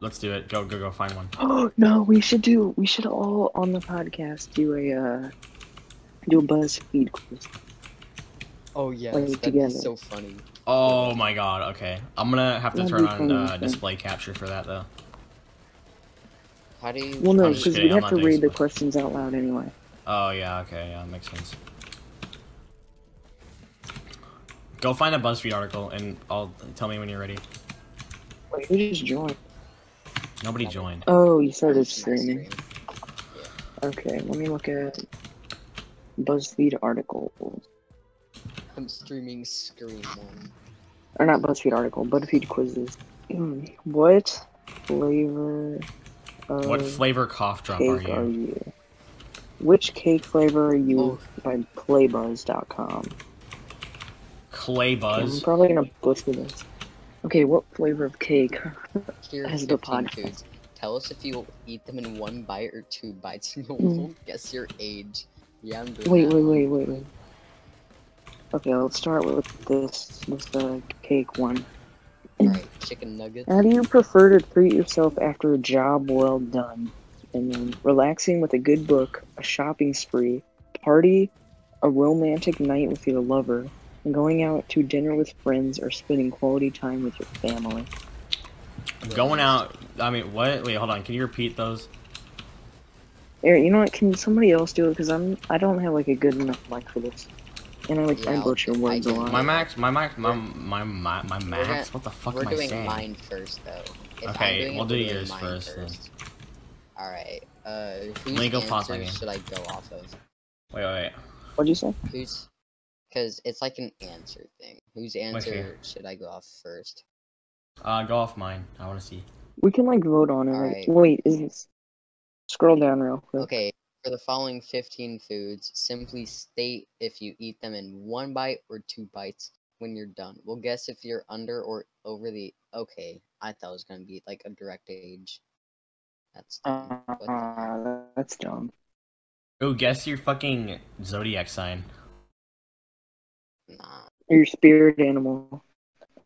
Let's do it. Go, go, go. Find one.
Oh no, we should do. We should all on the podcast do a uh, do a BuzzFeed quiz.
Oh yeah,
When you
that'd be
together.
so funny.
Oh my god, okay. I'm gonna have to
That'd
turn
be
on
funny,
uh,
yeah.
display capture for that though.
How do you?
Well, no,
I'm just
because
kidding,
we
I'm
have
not
to
doing
read the
so.
questions out loud anyway.
Oh yeah, okay, yeah, makes sense. Go find a BuzzFeed article and I'll tell me when you're ready.
Wait, who just joined?
Nobody joined.
Oh, you started
That's my
streaming.
screen.
Okay, let me look at BuzzFeed articles.
I'm streaming Scream One.
Or not BuzzFeed article, BuzzFeed quizzes. Hmm, what flavor of
What flavor cough drop are
cake uh, are
you?
you? Which cake flavor are
Oh.
you by playbuzz.com?
Clay Buzz.
I'm probably gonna butcher this. Okay, what flavor of cake?
Here are
As
15
the podcast.
foods. Tell us if you'll eat them in one bite or two bites, and you'll
Mm.
guess your age. Yeah, I'm doing
Wait,
that.
wait, wait, wait, wait. Okay, let's start with this this uh, cake one.
Alright, chicken nuggets.
How do you prefer to treat yourself after a job well done? And then relaxing with a good book, a shopping spree, party, a romantic night with your lover, and going out to dinner with friends or spending quality time with your family.
Going out. I mean, what? Wait, hold on. Can you repeat those?
Eric, you know what? Can somebody else do it? Because I'm I don't have like a good enough mic for this, and I like
Yeah,
I
I'll-
butcher
I
words a
can-
lot.
My max, my max, my my my, my max.
gonna-
What the fuck
We're
am I
doing
saying?
mine first, though. If I'm
Okay,
doing it,
we'll
we're
do
doing
yours
mine
first, then.
Alright, uh, whose
me go pause my
answer
game.
should I go off of?
Wait, wait, wait.
What'd you say?
Who's. Because it's like an answer thing. Whose answer should I go off first?
Uh, go off mine. I want to see.
We can like vote on it.
All
right?
right.
Wait, is this... scroll down real quick.
Okay, for the following 15 foods, simply state if you eat them in one bite or two bites when you're done. We'll guess if you're under or over the. Okay, I thought it was going to be like a direct age. That's. dumb. What the-
Uh, that's dumb.
Oh, guess your fucking zodiac sign.
Nah.
Your spirit animal.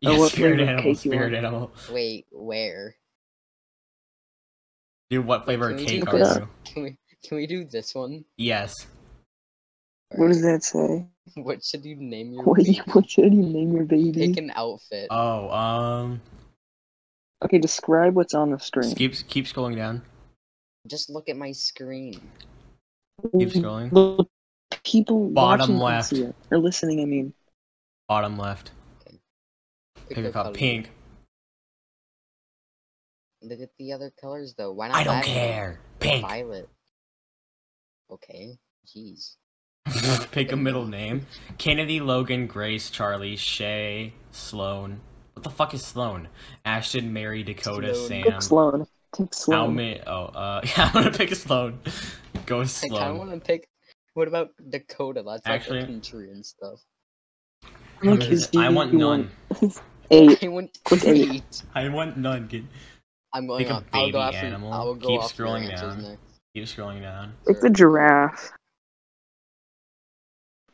Yeah,
what
spirit
flavor of
animal.
cake you
Spirit
want?
animal.
Wait, where?
Dude, what flavor of
Can we
cake
do
are
this?
you?
Can we can we do this one?
Yes.
What does that say?
Alright, What should you name your
What, do you-
baby?
what should you name your baby?
Pick an outfit.
Oh, um,
Okay, describe what's on the screen.
keep keep scrolling down.
Just look at my screen.
Keep
Mm-hmm.
scrolling.
The people
Bottom
watching can
left.
see it. Or listening, I mean.
Bottom left. Pick a cup.
color.
Pink.
Look at the other colors though. Why not?
I don't
violet?
care. Pink.
Violet. Okay. Jeez.
Pick a middle name. Kennedy, Logan, Grace, Charlie, Shay, Sloan. What the fuck is Sloan? Ashton, Mary, Dakota,
Sloan.
Pick
Sam.
Sloan. Pick
How
Sloan.
many? Oh, uh, yeah, I'm gonna pick a Sloan. Go with
I kinda
Sloan.
wanna pick what about Dakota? That's
Um, Actually-
like a country and stuff.
How many kids do
I
you
want none.
Eight.
I want
Click eight.
eight.
I want none. Kid.
I'm going
Pick a
off. I'll
baby
go off
animal.
I will go
Keep
off your
scrolling
answers
down.
next.
Keep scrolling down.
Pick the
Sure.
giraffe.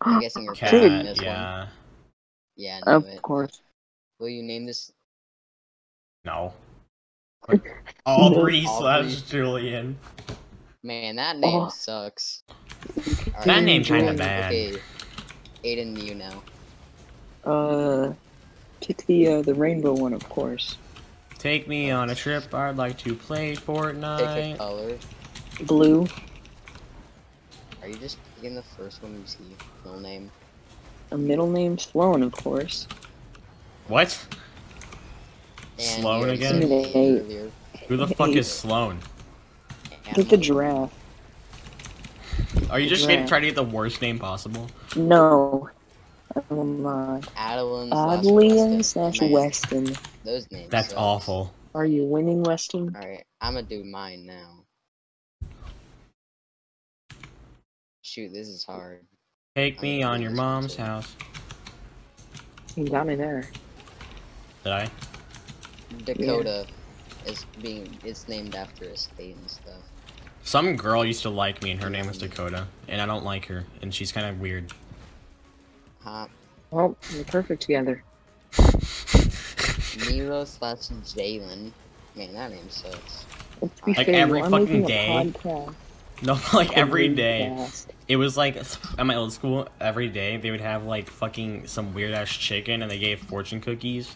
I'm guessing we're
Cat.
picking this one.
yeah.
Yeah, I knew
Of
it.
course.
Will you name this
No. Aubrey
Aubrey.
slash Julian.
Man, that name
Oh.
sucks. Alright,
That name
Jordan,
kinda bad.
Okay, Aiden, you now.
Uh, pick the uh, the rainbow one, of course.
Take me on a trip. I'd like to play
Pick a
Fortnite.
color.
Blue.
Are you just picking the first one you see? No name.
A middle name Sloan, of course.
What? Sloan
you already
again?
said
Eight.
name earlier.
Who the fuck is Sloan?
Pick the
Animal.
giraffe.
Are you just gonna
Right.
try to get the worst name possible?
No. Oh I will not.
Adeline slash
Adlian
Weston.
slash
Man,
Weston.
Those names.
That's
suck.
awful.
Are you winning, Weston?
Alright, I'm gonna do mine now. Shoot, this is hard.
Take me on your mom's house.
You got me there.
Did I?
Dakota is being it's named after a state and stuff.
Some girl used to like me, and her name was Dakota, and I don't like her, and she's kind of weird.
Huh?
Well, we're perfect together.
Milo slash Jalen. Man, that name sucks.
Let's be
Like
fair,
every
I'm
fucking
making a
day?
podcast.
No, like every
Couldn't
day.
move fast.
It was like at my old school, every day they would have like fucking some weird ass chicken and they gave fortune cookies.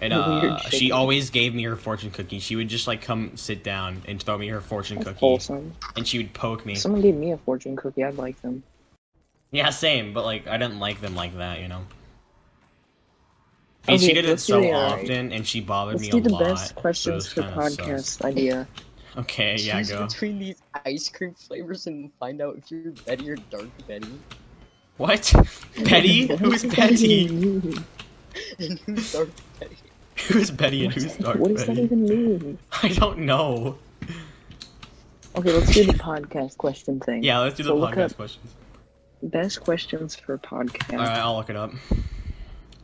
And
Weird
uh, she
chicken.
always gave me her fortune cookie. She would just like come sit down and throw me her fortune
That's
cookie,
wholesome.
and she would poke me.
If someone gave me a fortune cookie, I'd like them.
Yeah, same, but like I didn't like them like that, you know. And she
Okay,
did it
let's do
so
the, uh,
often, and she bothered
Let's
me
do
a
the
lot.
best
so
questions
it's
for
kinda sucks.
podcast idea.
Okay, yeah,
Choose
go.
between these ice cream flavors and find out if you're Betty or Dark Betty.
What? Betty? Who's Betty?
And who's Dark Betty?
Who's Betty and who's Dark
what does that
Betty?
even mean?
I don't know.
Okay, let's do the podcast question thing.
Yeah, let's do the
So look
podcast
up
questions.
best questions for podcast.
All right, I'll look it up.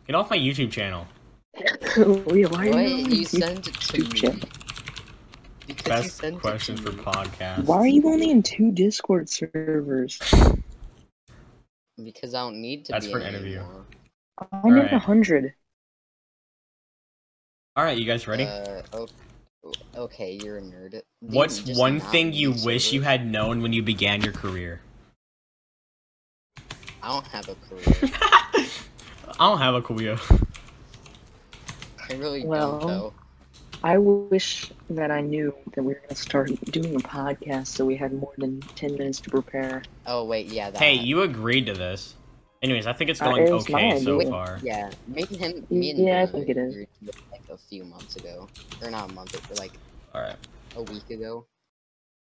Get off my YouTube channel.
Leah, why are
Why
you on
you
YouTube?
send it to
Group chat.
me? Because you
Best
sent it
questions
to
for
me.
podcast.
Why are you only in two Discord servers?
Because I don't need to.
That's
be
for
in it
interview.
anymore.
I'm
Alright.
at a hundred.
All right, you guys ready?
Uh, oh, okay, you're a nerd. Dude,
What's
you just
one
not
thing
need
you
a
wish you
server.
had known when you began your career?
I don't have a career.
I don't have a career.
I really
Well,
don't though.
I wish that I knew that we were gonna start doing a podcast, so we had more than ten minutes to prepare.
Oh wait, yeah. That.
Hey, you agreed to this. Anyways, I think it's
Uh,
going
it was
okay
mine,
so
yeah.
far.
Yeah, me and him. Me and
Yeah, I
Dylan
think it is.
agreed to it, Like a few months ago, or not a month, but like
All right.
a week ago.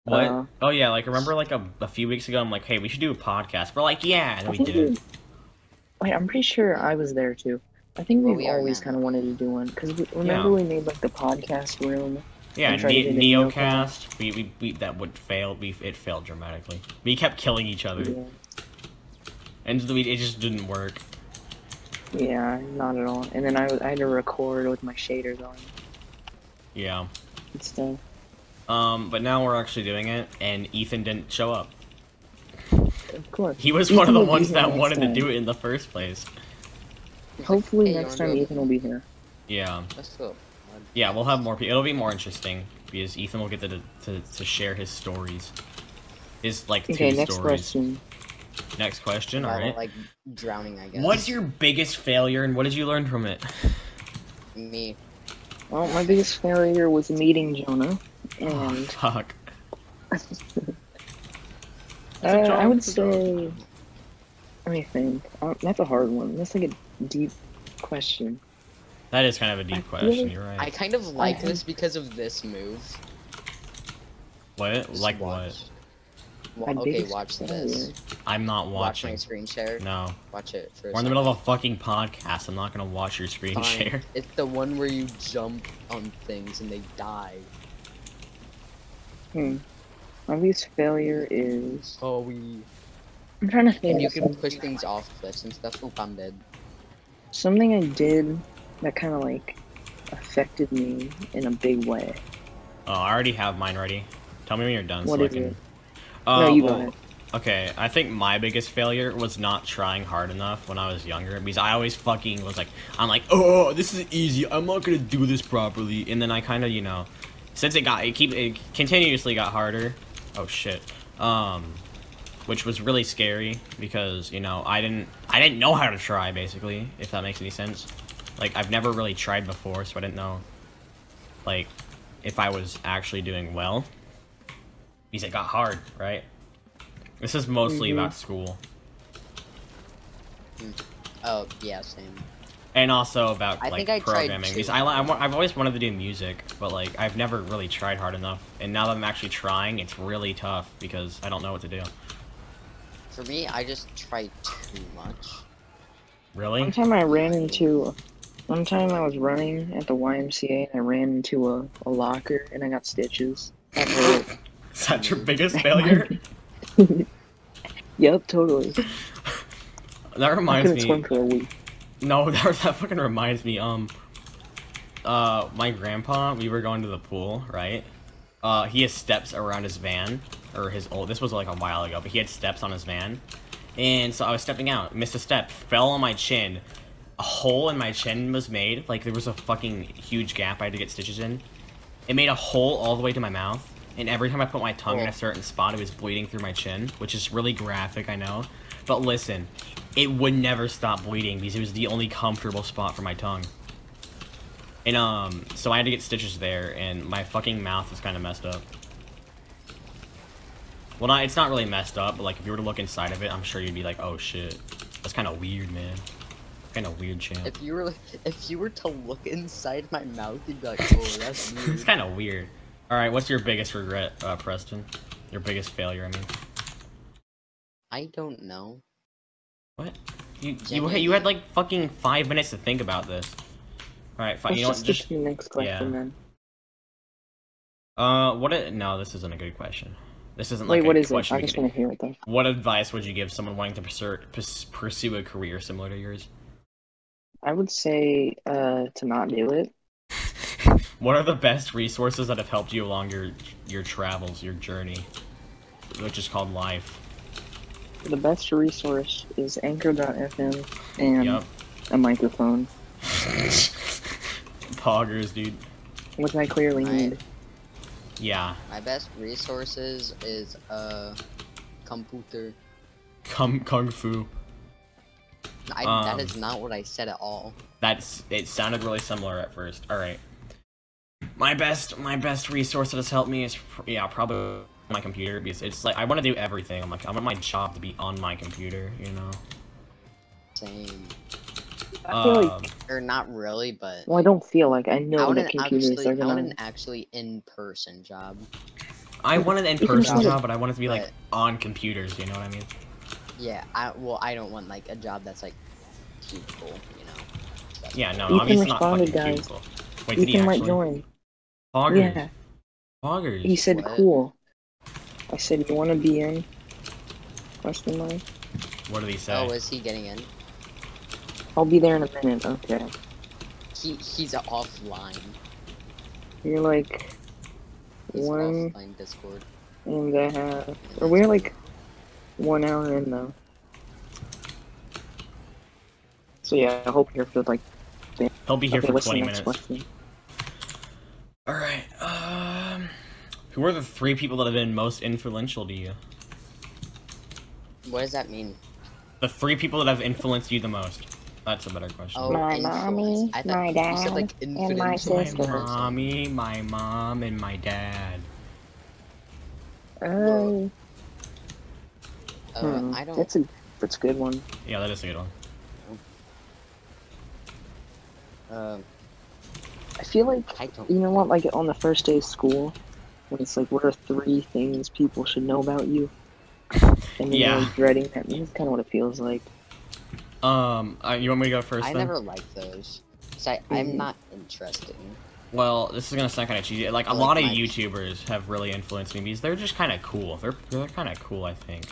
What?
Uh,
oh yeah, like remember like a, a few weeks ago, I'm like, hey, we should do a podcast. We're like, yeah, and
I
we
think
did.
we- Wait, I'm pretty sure I was there too. I think
Well,
we've
we are
always
now.
kind of wanted to do one because remember
Yeah.
we made like the podcast room.
Yeah,
we tried to
ne-
do the
Neocast. We, we we that would fail. We it failed dramatically. We kept killing each other,
Yeah,
and we, it just didn't work.
yeah, not at all. And then I, was- I had to record with my shaders on
Yeah.
and stuff.
Um, but now we're actually doing it, and Ethan didn't show up.
Of course.
He was
Ethan
one of the
will be
ones
here
that
next
wanted to
time.
do it in the first place.
Hopefully
Hey, you
next
wanna
time
do a-
Ethan will be here.
Yeah,
Let's go.
yeah, we'll have more. Pe- It'll be more interesting because Ethan will get to to, to share his stories. His like two
Okay, next
stories.
question.
Next question. All
Rather,
right.
Like drowning, I guess.
What's your biggest failure, and what did you learn from it?
me?
Well, my biggest failure was meeting Jonah,
Oh,
and
fuck.
uh, I would say. Let me think. Uh, that's a hard one. That's like a deep question.
That is kind of a
I
deep
feel
question.
like
You're right.
I kind of like
Okay.
this because of this move.
What?
Just
Like what?
watch. Wa-
My
okay,
biggest
watch
failure.
this.
I'm not
Watch
watching.
my screen share.
No,
Watch it first.
we're in the middle of a fucking podcast. I'm not gonna watch your screen share.
It's the one where you jump on things and they die.
Hmm. My biggest failure is.
Oh, we.
I'm trying to think.
And you
of
can
something.
push things off cliffs and stuff. Oop, I'm dead.
something I did that kind of like affected me in a big way.
Oh, I already have mine ready. Tell me when you're done.
What
so
is
I can...
it?
Uh,
no, you
well,
go ahead.
Okay, I think my biggest failure was not trying hard enough when I was younger because I always fucking was like, I'm like, oh, this is easy. I'm not gonna do this properly, and then I kind of, you know, since it got it keep it continuously got harder. Oh shit. Um, which was really scary because you know I didn't I didn't know how to try basically if that makes any sense. Like I've never really tried before, so I didn't know, like, if I was actually doing well. Because it got hard, right? This is mostly
Mhm.
about school
Oh, yeah, same.
and also about
I
like
think I tried
programming. Because
too.
I, li- I wa- I've always wanted to do music, but like I've never really tried hard enough. And now that I'm actually trying, it's really tough because I don't know what to do.
For me, I just try too much.
One
Really?
time I ran into. One time I was running at the YMCA and I ran into a, a locker and I got stitches. That hurt.
Is that your biggest failure?
yep, totally.
that
I
reminds
couldn't
me.
swim for a week.
No, that, that fucking reminds me. Um, uh, my grandpa, we were going to the pool, right? Uh, he has steps around his van, or his old. This was like a while ago, but he had steps on his van, and so I was stepping out, missed a step, fell on my chin. A hole in my chin was made. Like there was a fucking huge gap I had to get stitches in. It made a hole all the way to my mouth, and every time I put my tongue in a certain spot, it was bleeding through my chin, which is really graphic, I know. But listen, it would never stop bleeding because it was the only comfortable spot for my tongue. And um, so I had to get stitches there, and my fucking mouth is kind of messed up. Well, not it's not really messed up, but like if you were to look inside of it, I'm sure you'd be like, oh shit, that's kind of weird, man. Kind of weird, champ.
If you were if you were to look inside my mouth, you'd be like, oh,
it's
that's weird.
kind of weird. All right, what's your biggest regret, uh, Preston? Your biggest failure, I mean.
I don't know.
What? You you had- you had like fucking five minutes to think about this. All right, fine.
Let's
You know what?
just get
Just
to the next question
yeah.
then.
uh, what? A, no, this isn't a good question. This isn't like
Wait, what
a
is it?
question.
I
we
just
could-
want to hear it though.
What advice would you give someone wanting to pursue, pus- pursue a career similar to yours?
I would say uh, to not do it.
What are the best resources that have helped you along your your travels, your journey, which is called life?
The best resource is Anchor.fm and
Yup.
a microphone,
Poggers, dude.
which I clearly
I-
need.
Yeah.
My best resources is uh, computer.
Kung, kung fu.
I,
Um,
that is not what I said at all.
That's it sounded really similar at first. All right. My best my best resource that has helped me is pr- yeah, probably my computer because it's like I want to do everything. I'm like I want my job to be on my computer, you know.
Same.
I feel like
Um,
Or not really, but
well, I don't feel like I
I
know
want
that
an
computers
actually,
are
I want an
gonna.
actually in-person job.
I want an
can
in-person
still-
job, but I want it to be like on computers, you know what I mean?
Yeah. I well, I don't want like a job that's like people, you know. That's
Yeah, no,
Ethan
obviously not fucking
responded, guys.
cubicle. Wait, did he
Ethan might
actually?
join.
Poggers.
Yeah,
Poggers.
he said
What?
cool. I said you want to be in? Question mark.
What did he say?
Oh, is he getting in?
I'll be there in a minute. Okay.
He he's offline.
You're like
He's
one
offline Discord.
and a half. Or we're like one hour in though. So yeah, I hope you're for like.
He'll be here
okay,
for
what's
20
the next
minutes.
question?
All right. Um who are the three people that have been most influential to you?
What does that mean?
The three people that have influenced you the most. That's a better question.
Oh,
My
influence.
mommy,
I thought
my
you said,
dad,
like,
and
influence
my
someone.
my
sister.
mommy, my mom, and my dad.
Oh,
Uh,
hmm,
I don't.
That's a that's a good one.
Yeah, that is a good one.
uh,
I feel like
I don't.
you know what, like on the first day of school, when it's like, what are three things people should know about you? And then
Yeah.
you're dreading that. That's kind of what it feels like.
Um, uh, you want me to go first?
I
then?
never liked those. 'Cause I, I'm
Mm-hmm.
Mhm.
not interesting.
Well, this is gonna sound kind of cheesy. Like a
Like
lot of
my-
YouTubers have really influenced me because they're just kind of cool. They're they're kind of cool, I think.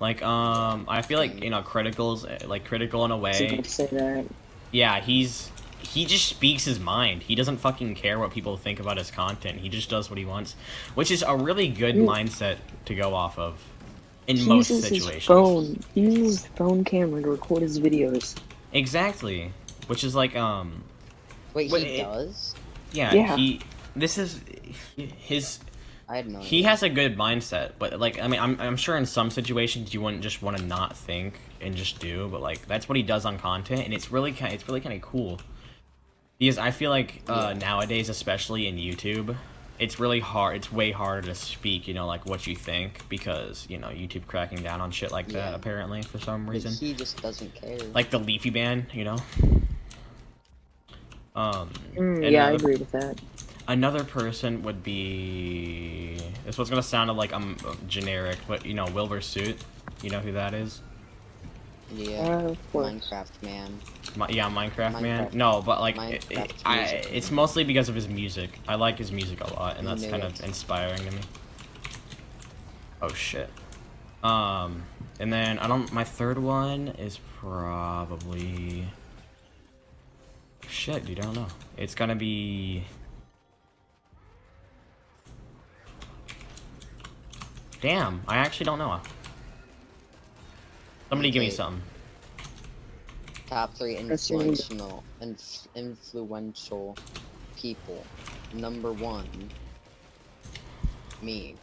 Like um, I feel like you know, criticals uh, like critical in a
So you
way.
could say that.
Yeah, he's he just speaks his mind. He doesn't fucking care what people think about his content. He just does what he wants, which is a really good
Mm.
mindset to go off of in
He
most
uses
situations.
his phone. He uses his phone camera to record his videos.
Exactly, which is like um,
Wait,
Wait,
he
it-
does?
yeah,
Yeah.
he. This is his
I had no.
he
idea.
has a good mindset, but like I mean, I'm I'm sure in some situations you wouldn't just want to not think and just do, but like that's what he does on content, and it's really kind it's really kind of cool, because I feel like uh, nowadays, especially in YouTube, it's really hard. It's way harder to speak, you know, like what you think because you know YouTube cracking down on shit like that
Yeah.
apparently for some
But
reason
He just doesn't care.
like the leafy ban, you know. Um,
Mm,
Hmm,
and
yeah, I
another-
agree with that.
Another person would be. This one's gonna sound like I'm uh, generic, but you know Wilbur Suit. You know who that is?
yeah.
Oh,
Uh, of course.
Minecraft man.
Mi- yeah, Minecraft, man.
Minecraft-
No, but like, it,
Minecraft
it- I,
music.
it's mostly because of his music. I like his music a lot, and
You
that's
knew
kind
it.
of inspiring to me. Oh shit. Um, and then I don't. My third one is probably. Shit, dude, I don't know. It's gonna be. Damn, I actually don't know. Somebody give me
Okay.
something.
Top three
That's your leader.
influential, inf- influential people. Number one, me.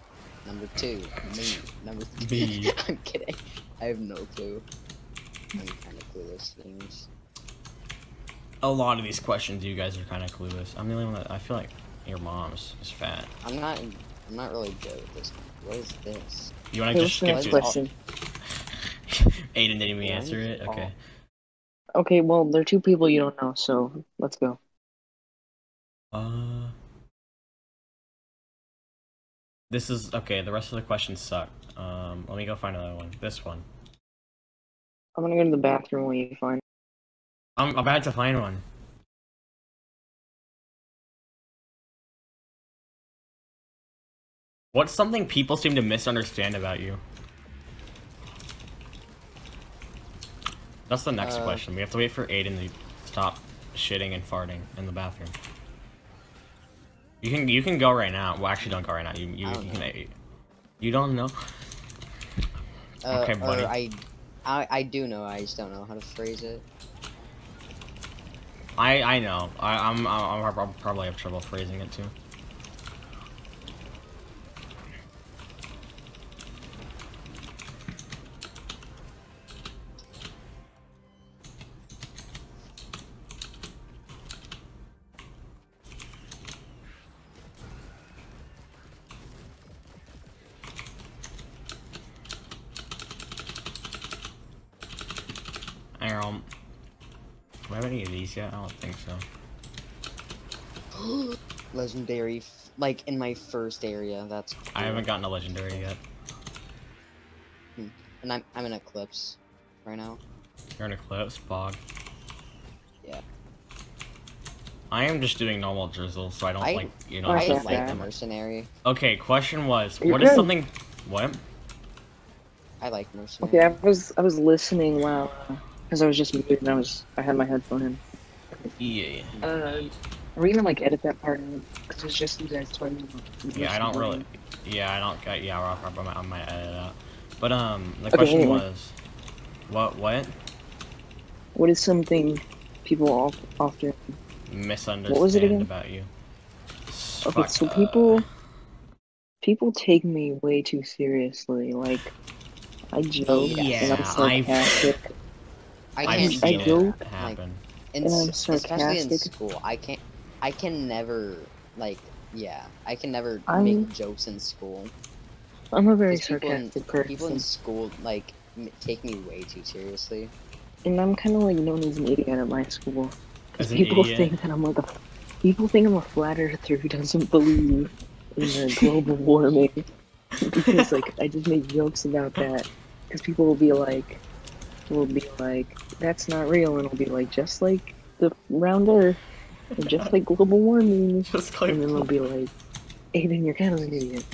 Number two, me. Number three.
Me.
I'm kidding. I have no clue. I'm kind of clueless things.
A lot of these questions, you guys are kind of clueless. I'm the only one that I feel like your mom's is fat.
I'm not. I'm not really good at this. One. What is this?
You want
Hey,
to
what's
just
the
skip
next
to it?
question?
Aiden didn't even
Yeah,
answer
I'm
it.
just-
Okay.
Okay, well, there are two people you don't know, so let's go.
Uh. This is okay. The rest of the questions suck. Um, let me go find another one. This one.
I'm gonna go to the bathroom while you find.
I'm about to find one. What's something people seem to misunderstand about you? That's the next
Uh,
question. We have to wait for Aiden to stop shitting and farting in the bathroom. You can you can go right now. Well, actually, don't go right now. You you,
I don't
you
know.
can. You don't know.
Uh,
Okay,
or
buddy.
I, I, I do know. I just don't know how to phrase it.
I I know. I I'm I'm, I'm prob- probably have trouble phrasing it too. Um, do we have any of these yet? I don't think so.
Legendary, f- like in my first area. That's.
I haven't
cool.
gotten a legendary yet.
And I'm, I'm in Eclipse, right now.
You're an eclipse, Bog.
Yeah.
I am just doing normal drizzle, so I don't
I-
like you know.
I
I
I
don't
don't
like
like the
that.
them.
mercenary.
Okay, question was,
You're
what is
good.
something? What?
I like mercenary.
Okay, I was I was listening loud because I was just muted. And I was I had my headphone in.
Yeah.
Uh, are we gonna like edit that part? Because it's just you guys talking. about-
Yeah, I don't really. Yeah, I don't. uh, Yeah, I'll probably I might edit it out. But um, the
Okay,
question
anyway.
was, what what
What is something people off, often?
misunderstand
What was it again?
about you? S-
Okay,
fuck,
so
uh,
people people take me way too seriously. Like I joke and I'm
Yeah, I've-
sarcastic.
I
I've
can't.
I
seen
do
do.
it happen.
in,
and I'm
s- especially in
sarcastic.
school. I can't. I can never like. Yeah, I can never
I'm-
make jokes in school.
I'm a very
'Cause people in,
sarcastic
people in
person,
school like m- take me way too seriously.
and I'm kind of like known as an idiot at my school.
As an
people
idiot.
think that I'm like a people think I'm a flat earther who doesn't believe in the global warming because like I just make jokes about that because people will be like will be like that's not real and I'll be like just like the round earth and just like global warming
Just like
and then they'll be like Aiden you're kind of an idiot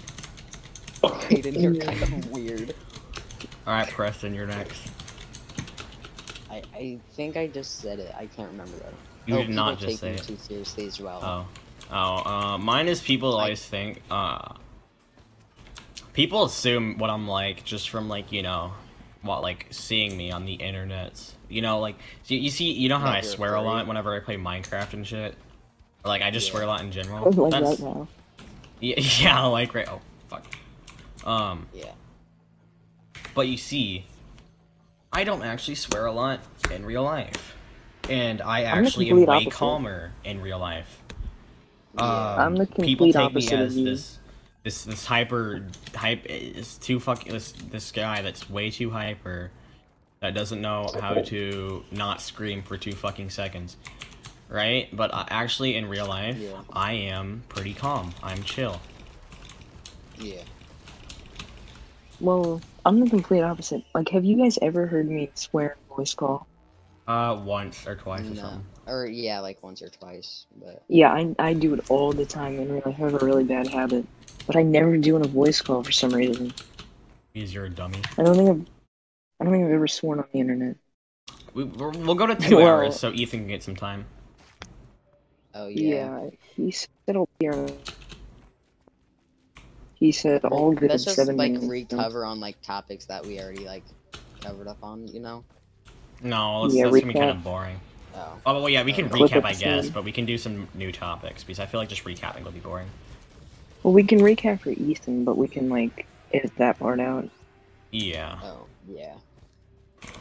Aiden, you're
Yeah.
kind of weird.
All right, Preston, you're next.
I, I think I just said it. I can't remember though.
You
oh,
did not
people
just say
take
it.
me too seriously as well.
Oh. Oh, uh, mine is people always think, uh, people assume what I'm like just from, like, you know, what, like, seeing me on the internets. You know, like, so you, you see, you know how
Like
I
you're
swear a
afraid.
lot whenever I play Minecraft and shit? Or, like, I just swear a
Yeah.
lot in general.
like
That's,
right now
yeah, yeah, like, right, oh, fuck. Um,
Yeah.
but you see, I don't actually swear a lot in real life. And I
the
actually am
complete
way
opposite.
calmer in real life.
Yeah.
Um,
I'm the
people
complete
take me
opposite of
as
you.
this this this hyper hype is too fuck this this guy that's way too hyper that doesn't know how to not scream for two fucking seconds. Right? But I, actually in real life,
Yeah.
I am pretty calm. I'm chill.
Yeah.
well I'm the complete opposite like have you guys ever heard me swear in voice call
Uh once or twice or
No.
something.
Or yeah, like once or twice, but
Yeah, I, I do it all the time and I have a really bad habit. But I never do on a voice call for some reason.
Because you're a dummy.
I don't think I've I don't think I've ever sworn on the internet.
We, we're, we'll go to two
Well-
hours so Ethan can get some time.
oh yeah.
he said I'll be on. He said all good
Let's just
seven
like
minutes.
recover on like topics that we already like covered up on, you know?
No, that's,
Yeah,
that's gonna be
recap.
kind of boring.
Oh.
Oh, well, yeah, we can
Uh,
Click
recap, I
episode.
guess, but we can do some new topics because I feel like just recapping would be boring.
Well, we can recap for Ethan, but we can like edit that part out.
Yeah.
Oh, yeah.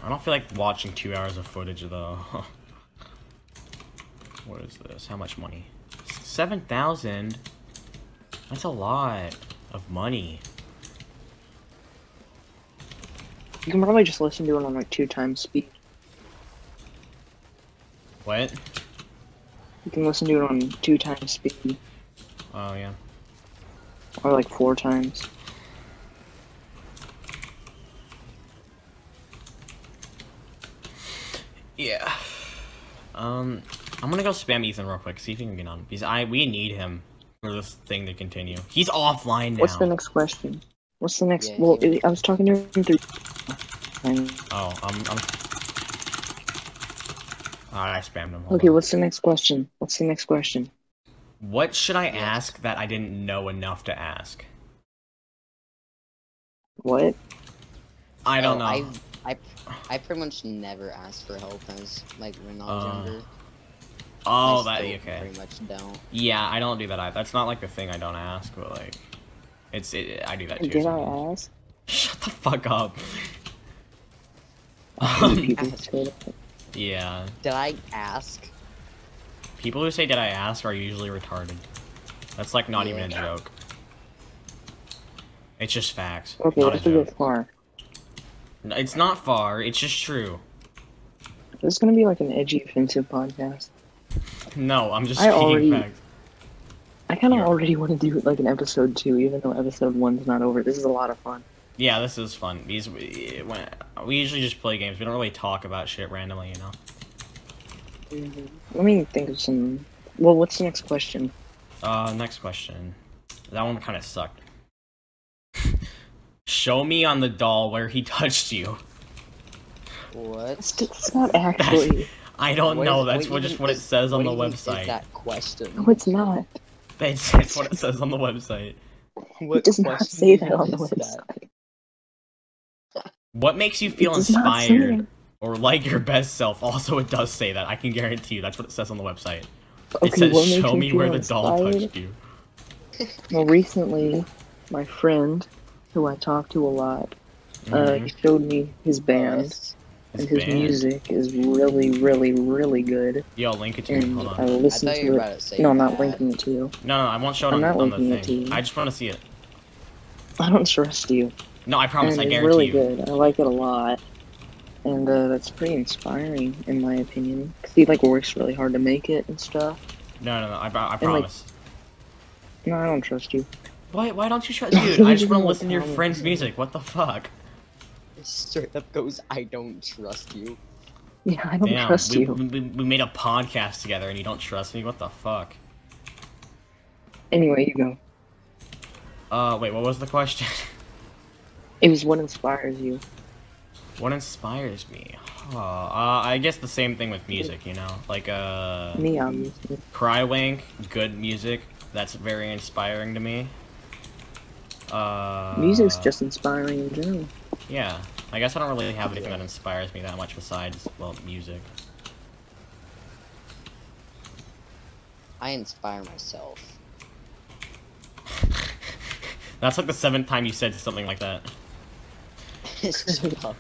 I don't feel like watching two hours of footage though. what is this? How much money? Seven thousand. That's a lot of money.
You can probably just listen to it on like two times speed.
What?
You can listen to it on two times speed
Oh yeah.
or like four times.
Yeah. Um, I'm gonna go spam Ethan real quick. See if he can get on because I we need him for this thing to continue. He's offline now.
What's the next question? What's the next?
Yeah,
well,
here we
I- I was talking to him through. And-
Oh, I'm. I'm... Alright, I spammed him. Hold
Okay,
on.
what's the next question? What's the next question?
What should I ask that I didn't know enough to ask?
What?
I don't know.
Oh, I, I, I pretty much never ask for help as like when I was
Uh,
younger.
Oh,
I
that
still
okay.
Pretty much don't.
Yeah, I don't do that either. That's not like the thing I don't ask, but like, it's it, I do that too.
Did I
sometimes.
ask?
Shut the fuck up.
Did
Um,
people say that?
yeah,
Did I ask?
people who say "Did I ask" are usually retarded. That's like not even a
Yeah.
joke. It's just facts.
Okay,
not a
let's do
joke.
this far.
No, It's not far. It's just true.
This is gonna be like an edgy, offensive podcast.
No, I'm just
I
speaking
already-
facts.
I kind of
You're-
already want to do like an episode two, even though episode one's not over. This is a lot of fun.
Yeah, this is fun. These we, when, we usually just play games. We don't really talk about shit randomly, you know.
Let me think of some. Well, what's the next question?
Uh, next question. That one kind of sucked. Show me on the doll where he touched you.
What?
It's, it's not actually.
I don't
What
know.
is-
that's
what
what,
even
just what it
is-
says on
what
the
even is
website.
that question?
no, it's not.
That's, that's what it says on the website.
What
It does not
question
say that on the
is that?
website.
What makes you feel
does not say
inspired
it.
or like your best self? Also, it does say that. I can guarantee you. That's what it says on the website.
Okay,
It says,
what makes
"Show
you
me
feel
where the doll
inspired?
touched you."
Well, recently, my friend, who I talk to a lot, uh, he
Mhm.
showed me his band,
Us.
and
It's
his
banned.
music is really, really, really good.
Yo, link it to me.
And
Hold
I
on.
I
listened
thought
to
you were
it.
about to say
No, I'm not
that.
linking it to you.
No, no, I won't show it
I'm
on,
not
on the
linking it to
thing.
you.
I just want to see it.
I don't trust you.
No, I promise.
and
I
it's
guarantee
really
you.
good. I like it a lot, and uh, that's pretty inspiring in my opinion. 'Cause he like works really hard to make it and stuff.
No, no, no. I, I
like,
promise.
No, I don't trust you.
Why, why don't you shut
You
dude? I just want
didn't
to
like
listen to your
Alan
friend's
Tudyk.
music. What the fuck?
Straight up goes, I don't trust you.
Yeah, I don't
Damn,
trust
we,
you.
We, we made a podcast together and you don't trust me. What the fuck?
Anyway, you go.
Uh, wait, what was the question?
It was what inspires you.
what inspires me? Huh, uh, I guess the same thing with music, you know, like uh,
Me, obviously.
Crywank, good music. That's very inspiring to me. Uh,
Music's just inspiring in general.
yeah. I guess I don't really have anything that inspires me that much besides well, music.
I inspire myself.
That's like the seventh time you said something like that.
Shut up.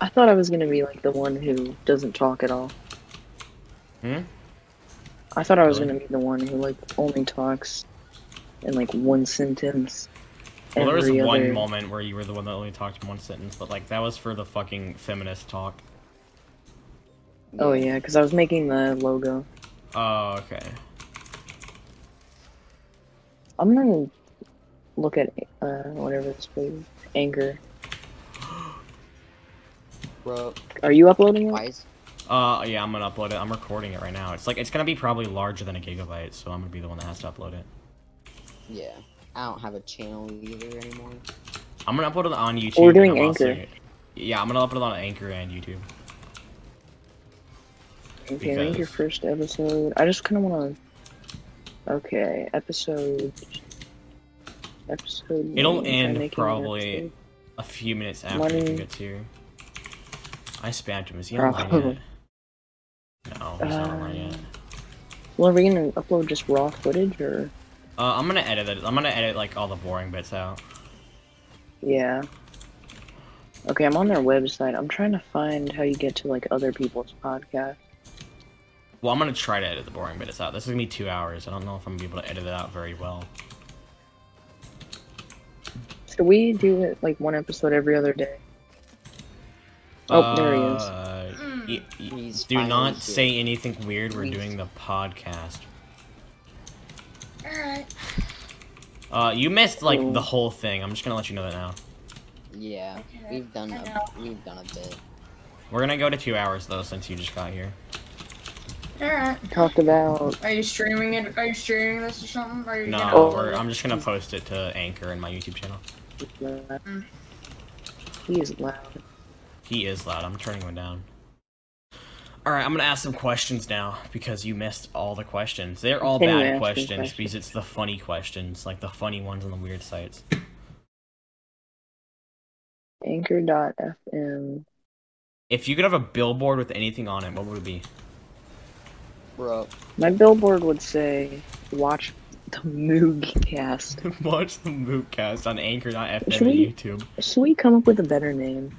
I thought I was gonna be like the one who doesn't talk at all.
Hmm.
I thought I was
Really?
gonna be the one who like only talks in like one sentence.
Well, there was
every
one
other-
moment where you were the one that only talked in one sentence, but like that was for the fucking feminist talk.
Oh yeah, because I was making the logo.
Oh, okay.
I'm gonna look at uh, whatever this was. Anchor.
Bro,
Are you uploading
why
it?
is
Uh, yeah, I'm gonna upload it. I'm recording it right now. It's like it's gonna be probably larger than a gigabyte, so I'm gonna be the one that has to upload it.
Yeah. I don't have a channel either anymore.
I'm gonna upload it on YouTube.
We're
and
doing
I'm also-
Anchor.
Yeah, I'm gonna upload it on Anchor and YouTube.
Okay, I think your
because-
first episode. I just kind of want to. Okay, episode. Episode.
It'll
one, if I
end
make it an
probably
episode.
A few minutes after
Money.
it gets here. I spammed him. Is he online
Probably.
yet? No, he's not online yet.
Well, are we gonna upload just raw footage or?
Uh, I'm gonna edit it. I'm gonna edit like all the boring bits out.
Yeah. Okay, I'm on their website. I'm trying to find how you get to like other people's podcasts.
Well, I'm gonna try to edit the boring bits out. This is gonna be two hours. I don't know if I'm gonna be able to edit it out very well.
So we do it like one episode every other day. Oh, there he is.
he is.
He's
Uh, do
finally
not
here.
say anything weird. We're
He's-
doing the podcast.
Alright.
Uh, you missed like
Ooh.
the whole thing. I'm just gonna let you know that now.
Yeah,
Okay,
we've done
I
a,
know.
we've done a bit.
We're gonna go to two hours though, since you just got here.
Alright.
Talked about
Are you streaming it? Are you streaming this or something? Are you
No,
gonna-
we're, I'm just gonna post it to Anchor in my YouTube channel.
Mm-hmm. he is loud.
He is loud. I'm turning him down. All right, I'm gonna ask some questions now because you missed all the questions. They're all
Continue
bad
asking
questions,
questions.
because it's the funny questions, like the funny ones on the weird sites.
Anchor.fm.
If you could have a billboard with anything on it, what would it be?
Bro,
My billboard would say, "Watch the Moogcast."
Watch the Mootcast on Anchor.fm and
Should we-
YouTube.
Should we come up with a better name?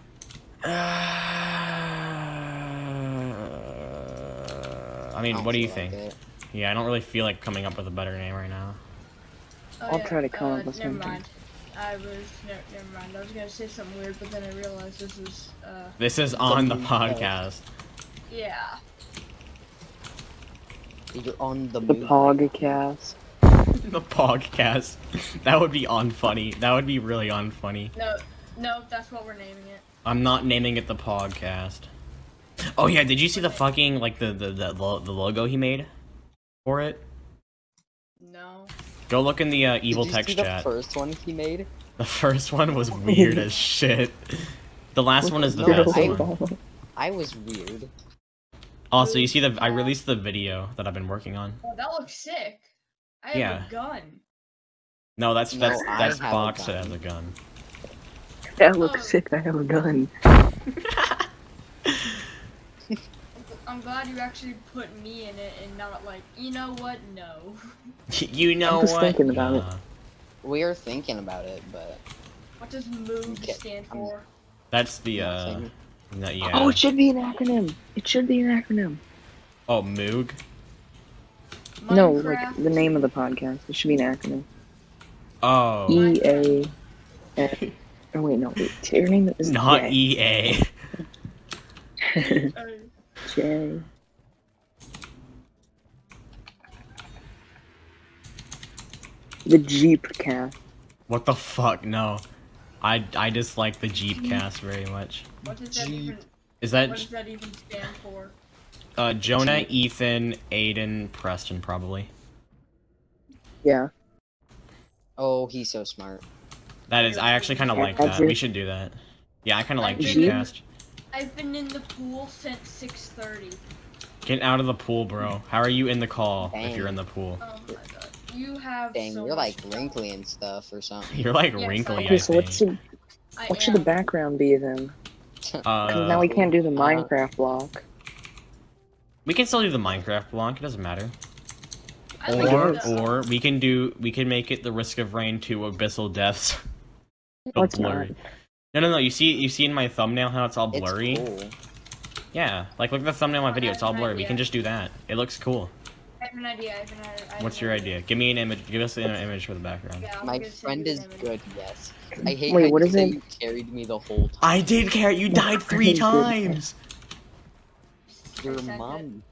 Uh, I mean,
I
what do you
feel like
think?
it.
Yeah, I don't really feel like coming up with a better name right now.
Oh,
I'll
yeah,
try to come
uh,
up with
never
something.
Mind. I was no, never mind. I was gonna say something weird, but then I realized this is uh
This is on the
Something
podcast.
else.
yeah.
You're on the,
The
Mm-hmm.
move.
Pogcast.
the podcast. That would be unfunny. That would be really unfunny.
No, no, that's what we're naming it.
I'm not naming it the podcast. Oh yeah, did you see the fucking like the the the, lo- the logo he made for it?
No.
Go look in the uh,
Did
evil
you
text
see the
chat.
first one he made?
the first one was weird as shit. The last one is the
No.
best one.
I was weird.
Also, you see the I released the video that I've been working on.
Oh, that looks sick. I have
Yeah.
a gun.
No, that's
No,
that's
I
that's
have a
Fox
gun.
that has a gun.
That looks sick. I have a gun.
I'm glad you actually put me in it and not like you know what? No.
you know
just
what?
thinking about it.
Nah.
We are thinking about it, but
What does move
Okay,
stand
Um,
I'm-
for?
That's the
I'm not
uh.
saying-
no, yeah.
Oh, it should be an acronym. It should be an acronym.
oh Moog.
No,
Minecraft?
like the name of the podcast. It should be an acronym.
Oh.
E A. N- Oh wait, no. Wait, is your name is
Not E.
J.
EA.
Uh,
J. The Jeep cast.
What the fuck? No. I, I dislike the Jeep
E.
cast very much.
what does that even?
Is
What
that
does that even stand for?
uh, Jonah, Ethan, Aiden, Preston, probably?
Yeah.
oh, he's so smart.
That is, I actually kind of
Yeah,
like
that's
that. We
it.
should do that. Yeah, I kind of like
Jeep?
Jeep cast.
I've been in the pool since six thirty.
Get out of the pool, bro. How are you in the call if you're
Dang.
in the pool?
Oh my god. You have
Dang,
so
you're
much
like wrinkly and stuff or something.
You're like
Yes, I
wrinkly, Oh,
am.
I
Okay, so what
think.
should
I
what should the
am.
background be then? 'Cause now
Uh,
we can't do the
uh,
Minecraft block.
we can still do the Minecraft block. It doesn't matter.
I like
Or
the-
or we can do we can make it the risk of rain to abyssal deaths.
No,
all
it's not.
blurry. No, no, no. You see, you see in my thumbnail how it's all
It's
blurry.
cool.
Yeah, like look at the thumbnail of my
I
video.
have
It's all
an
blurry. We
idea.
can just do that. It looks cool.
I have an idea. I have an idea. I have
What's
an
your idea? Give me an image. Give us an image for the background.
Yeah, I'm
My
gonna send
friend
you
is
an image.
good, yes. I hate
Wait,
how
what
you
is
say
it?
you carried me the whole time.
I did care. You died three times.
Your
Second.
mom.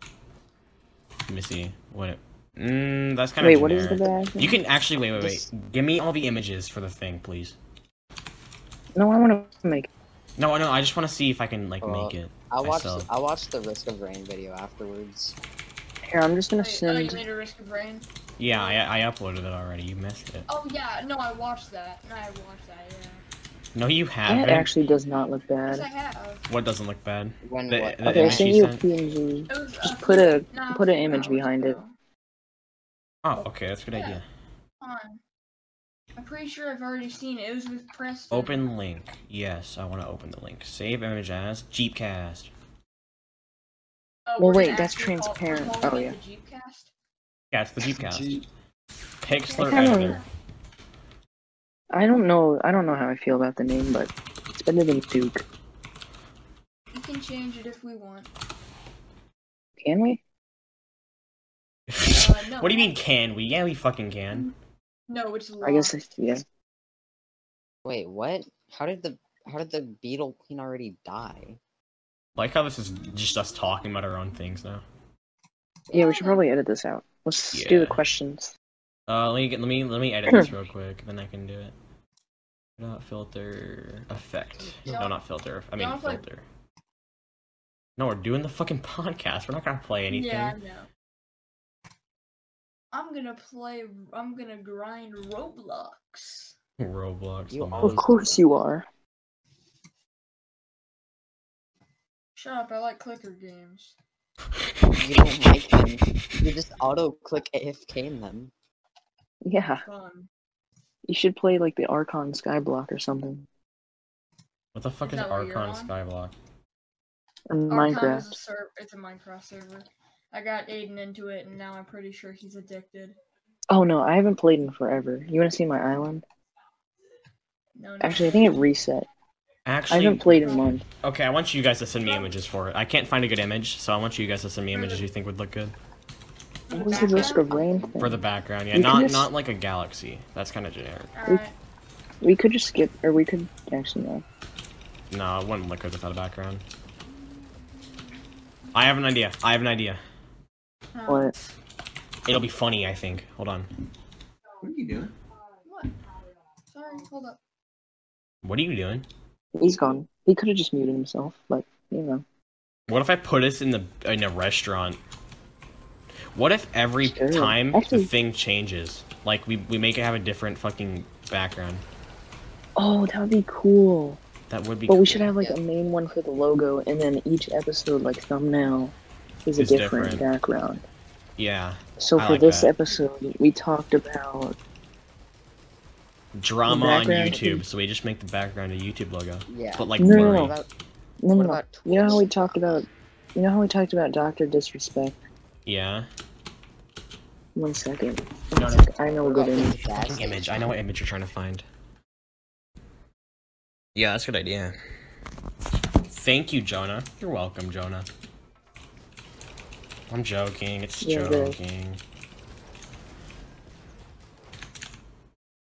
Let me see. What? Mm, that's kind of.
Wait, what is the background?
You can actually wait, wait, wait. Give me all the images for the thing, please.
No, I want to make.
No, no. I just want to see if I can like
Uh,
make it.
I watched
myself.
I watched the Risk of Rain video afterwards.
Here, I'm just gonna
Wait, oh, you
send.
made a risk of rain?
Yeah, I, I uploaded it already. You missed it.
Oh yeah, no, I watched that. No, I watched that. Yeah.
No, you
That
haven't.
actually does not look
Yes, I
bad.
have.
What doesn't look bad?
When
The-
what?
the
Okay, I
image
sent
she
you a
sent?
PNG.
It was,
Just
uh,
put a-
nah,
put an
few
image
hours
behind it.
ago.
Oh, okay. That's a good
Yeah.
idea.
Hold on. I'm pretty sure I've already seen it. It was with Preston.
Open link. Yes, I want to open the link. Save image as Jeepcast.
Oh,
Well,
we're
wait,
gonna
that's
Oh, actually call-
transparent.
we're calling
Oh,
it
yeah.
the Jeepcast?
Yeah, it's the Jeepcast.
Gee,
Picks their
kinda-
editor.
I don't know. I don't know how I feel about the name, but it's better than Duke.
We can change it if we want.
Can we?
Uh, no.
What do you mean, can we? Yeah, we fucking can.
No, it's locked.
I guess. I, yeah.
Wait, what? How did the how did the beetle queen already die?
Like how this is just us talking about our own things now.
Yeah, we should probably edit this out. Let's do the
Yeah.
questions.
Uh, let me get, let me let me edit this real quick, then I can do it. Do Not filter effect. No, not filter. I mean
Don't play-
filter. No, we're doing the fucking podcast. We're not gonna play anything.
Yeah, I know. I'm gonna play. I'm gonna grind Roblox.
Roblox.
You
the
are-
Of
most.
course you are.
Shut up! I like clicker games.
You don't like them. You just auto click AFK in them.
Yeah.
Fun.
You should play like the Archon Skyblock or something.
What the fuck is
Is that what you're
Archon
on?
Skyblock?
Or
Archon is a
Minecraft.
serv- It's a Minecraft server. I got Aiden into it, and now I'm pretty sure he's addicted.
Oh no, I haven't played in forever. You wanna see my island?
No, no.
Actually I think it reset. I
Actually,
haven't played in months.
okay. I want you guys to send me images for it. I can't find a good image, so I want you guys to
Mm-hmm.
send me images you think would look good
For the
What was the risk of rain
background?
for
thing?
the background. Yeah,
You can
not
just-
not like a galaxy. That's kind of generic.
Alright,
We could just skip or we could actually no.
No, it wouldn't look good without a background. I have an idea. I have an idea.
huh.
What?
It'll be funny, I think. Hold on.
What are you doing?
What? Sorry, hold up.
What are you doing?
He's gone. He could have just muted himself, but you know.
What if I put us in the in a restaurant? What if every
Sure.
time
Actually-
the thing changes? Like we we make it have a different fucking background.
Oh, that would be cool.
That would be
But
cool.
we should have like a main one for the logo and then each episode like thumbnail is a
Is
different,
different.
background.
Yeah.
So
I
for
like
this
that.
episode we talked about
Drama on
Background.
YouTube. So we just make the background a YouTube logo.
Yeah.
But like
No, no,
blurry.
no.
What about-
no, no,
What
no.
about
You know how we
Twitch?
talked about you know how we talked about Doctor Disrespect?
Yeah.
One second.
No,
One
no.
second. I know a
What
good
about
image.
the gas
Fucking image. I
station?
know what image you're trying to find. Yeah, that's a good idea. Thank you, Jonah. You're welcome, Jonah. I'm joking. It's
Yeah, good.
joking.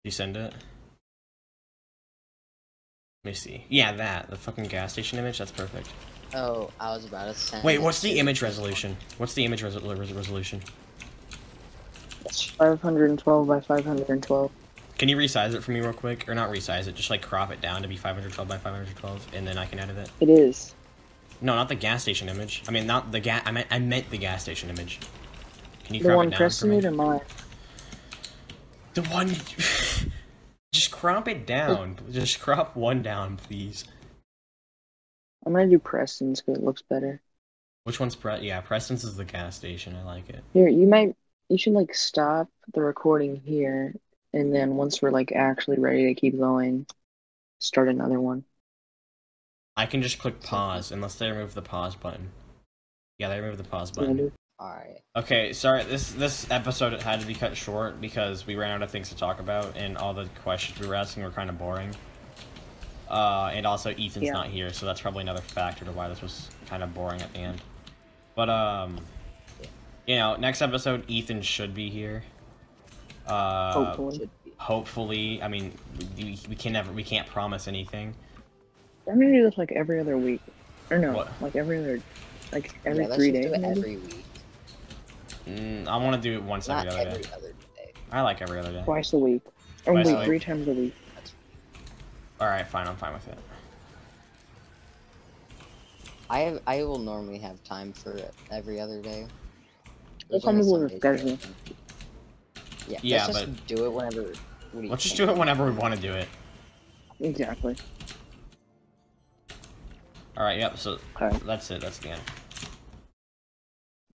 You send it? Let me see. Yeah, that. The fucking gas station image. That's perfect.
Oh, I was about to send.
Wait,
it
what's the
to-
image resolution? What's the image res- res- resolution?
It's 512 by 512.
Can you resize it for me real quick? Or not resize it, just like crop it down to be 512 by 512, and then I can edit it.
It is.
No, not the gas station image. I mean, not the gas. I meant I meant the gas station image. Can you
The
crop
one
it down for
Preston
me?
made or mine?
The one. Just crop it down. Just crop one down, please.
I'm gonna do Preston's because it looks better.
Which one's Pre? Yeah, Preston's is the gas station. I like it.
Here, you might. You should like stop the recording here, and then once we're like actually ready to keep going, start another one.
I can just click pause unless they remove the pause button. Yeah, they removed the pause
You wanna
button.
do-
Alright.
Okay, sorry. This this episode had to be cut short because we ran out of things to talk about, and all the questions we were asking were kind of boring. Uh, and also Ethan's
Yeah.
not here, so that's probably another factor to why this was kind of boring at the end. But um, you know, next episode Ethan should be here. Uh,
Hopefully.
Should be.
hopefully, I mean, we, we can never we can't promise anything.
I'm gonna do this like every other week, or no,
What?
like every other, like every
yeah, let's
three
just
days.
Do it
maybe?
every week.
Mm, I want to do it once
Not
every other
every
day.
other day.
I like every other day.
Twice a week. Or
Twice
a
wait,
week.
three times a week.
All right, fine. I'm fine with it.
I have, I will normally have time for every other day.
We'll
There's only some
probably do
days
it
that I
every-
can- Yeah,
Yeah,
let's just do it whenever. What do you
Let's just
think?
do it whenever we want to do it.
Exactly.
All right. Yep. So
Okay.
That's it. That's the end.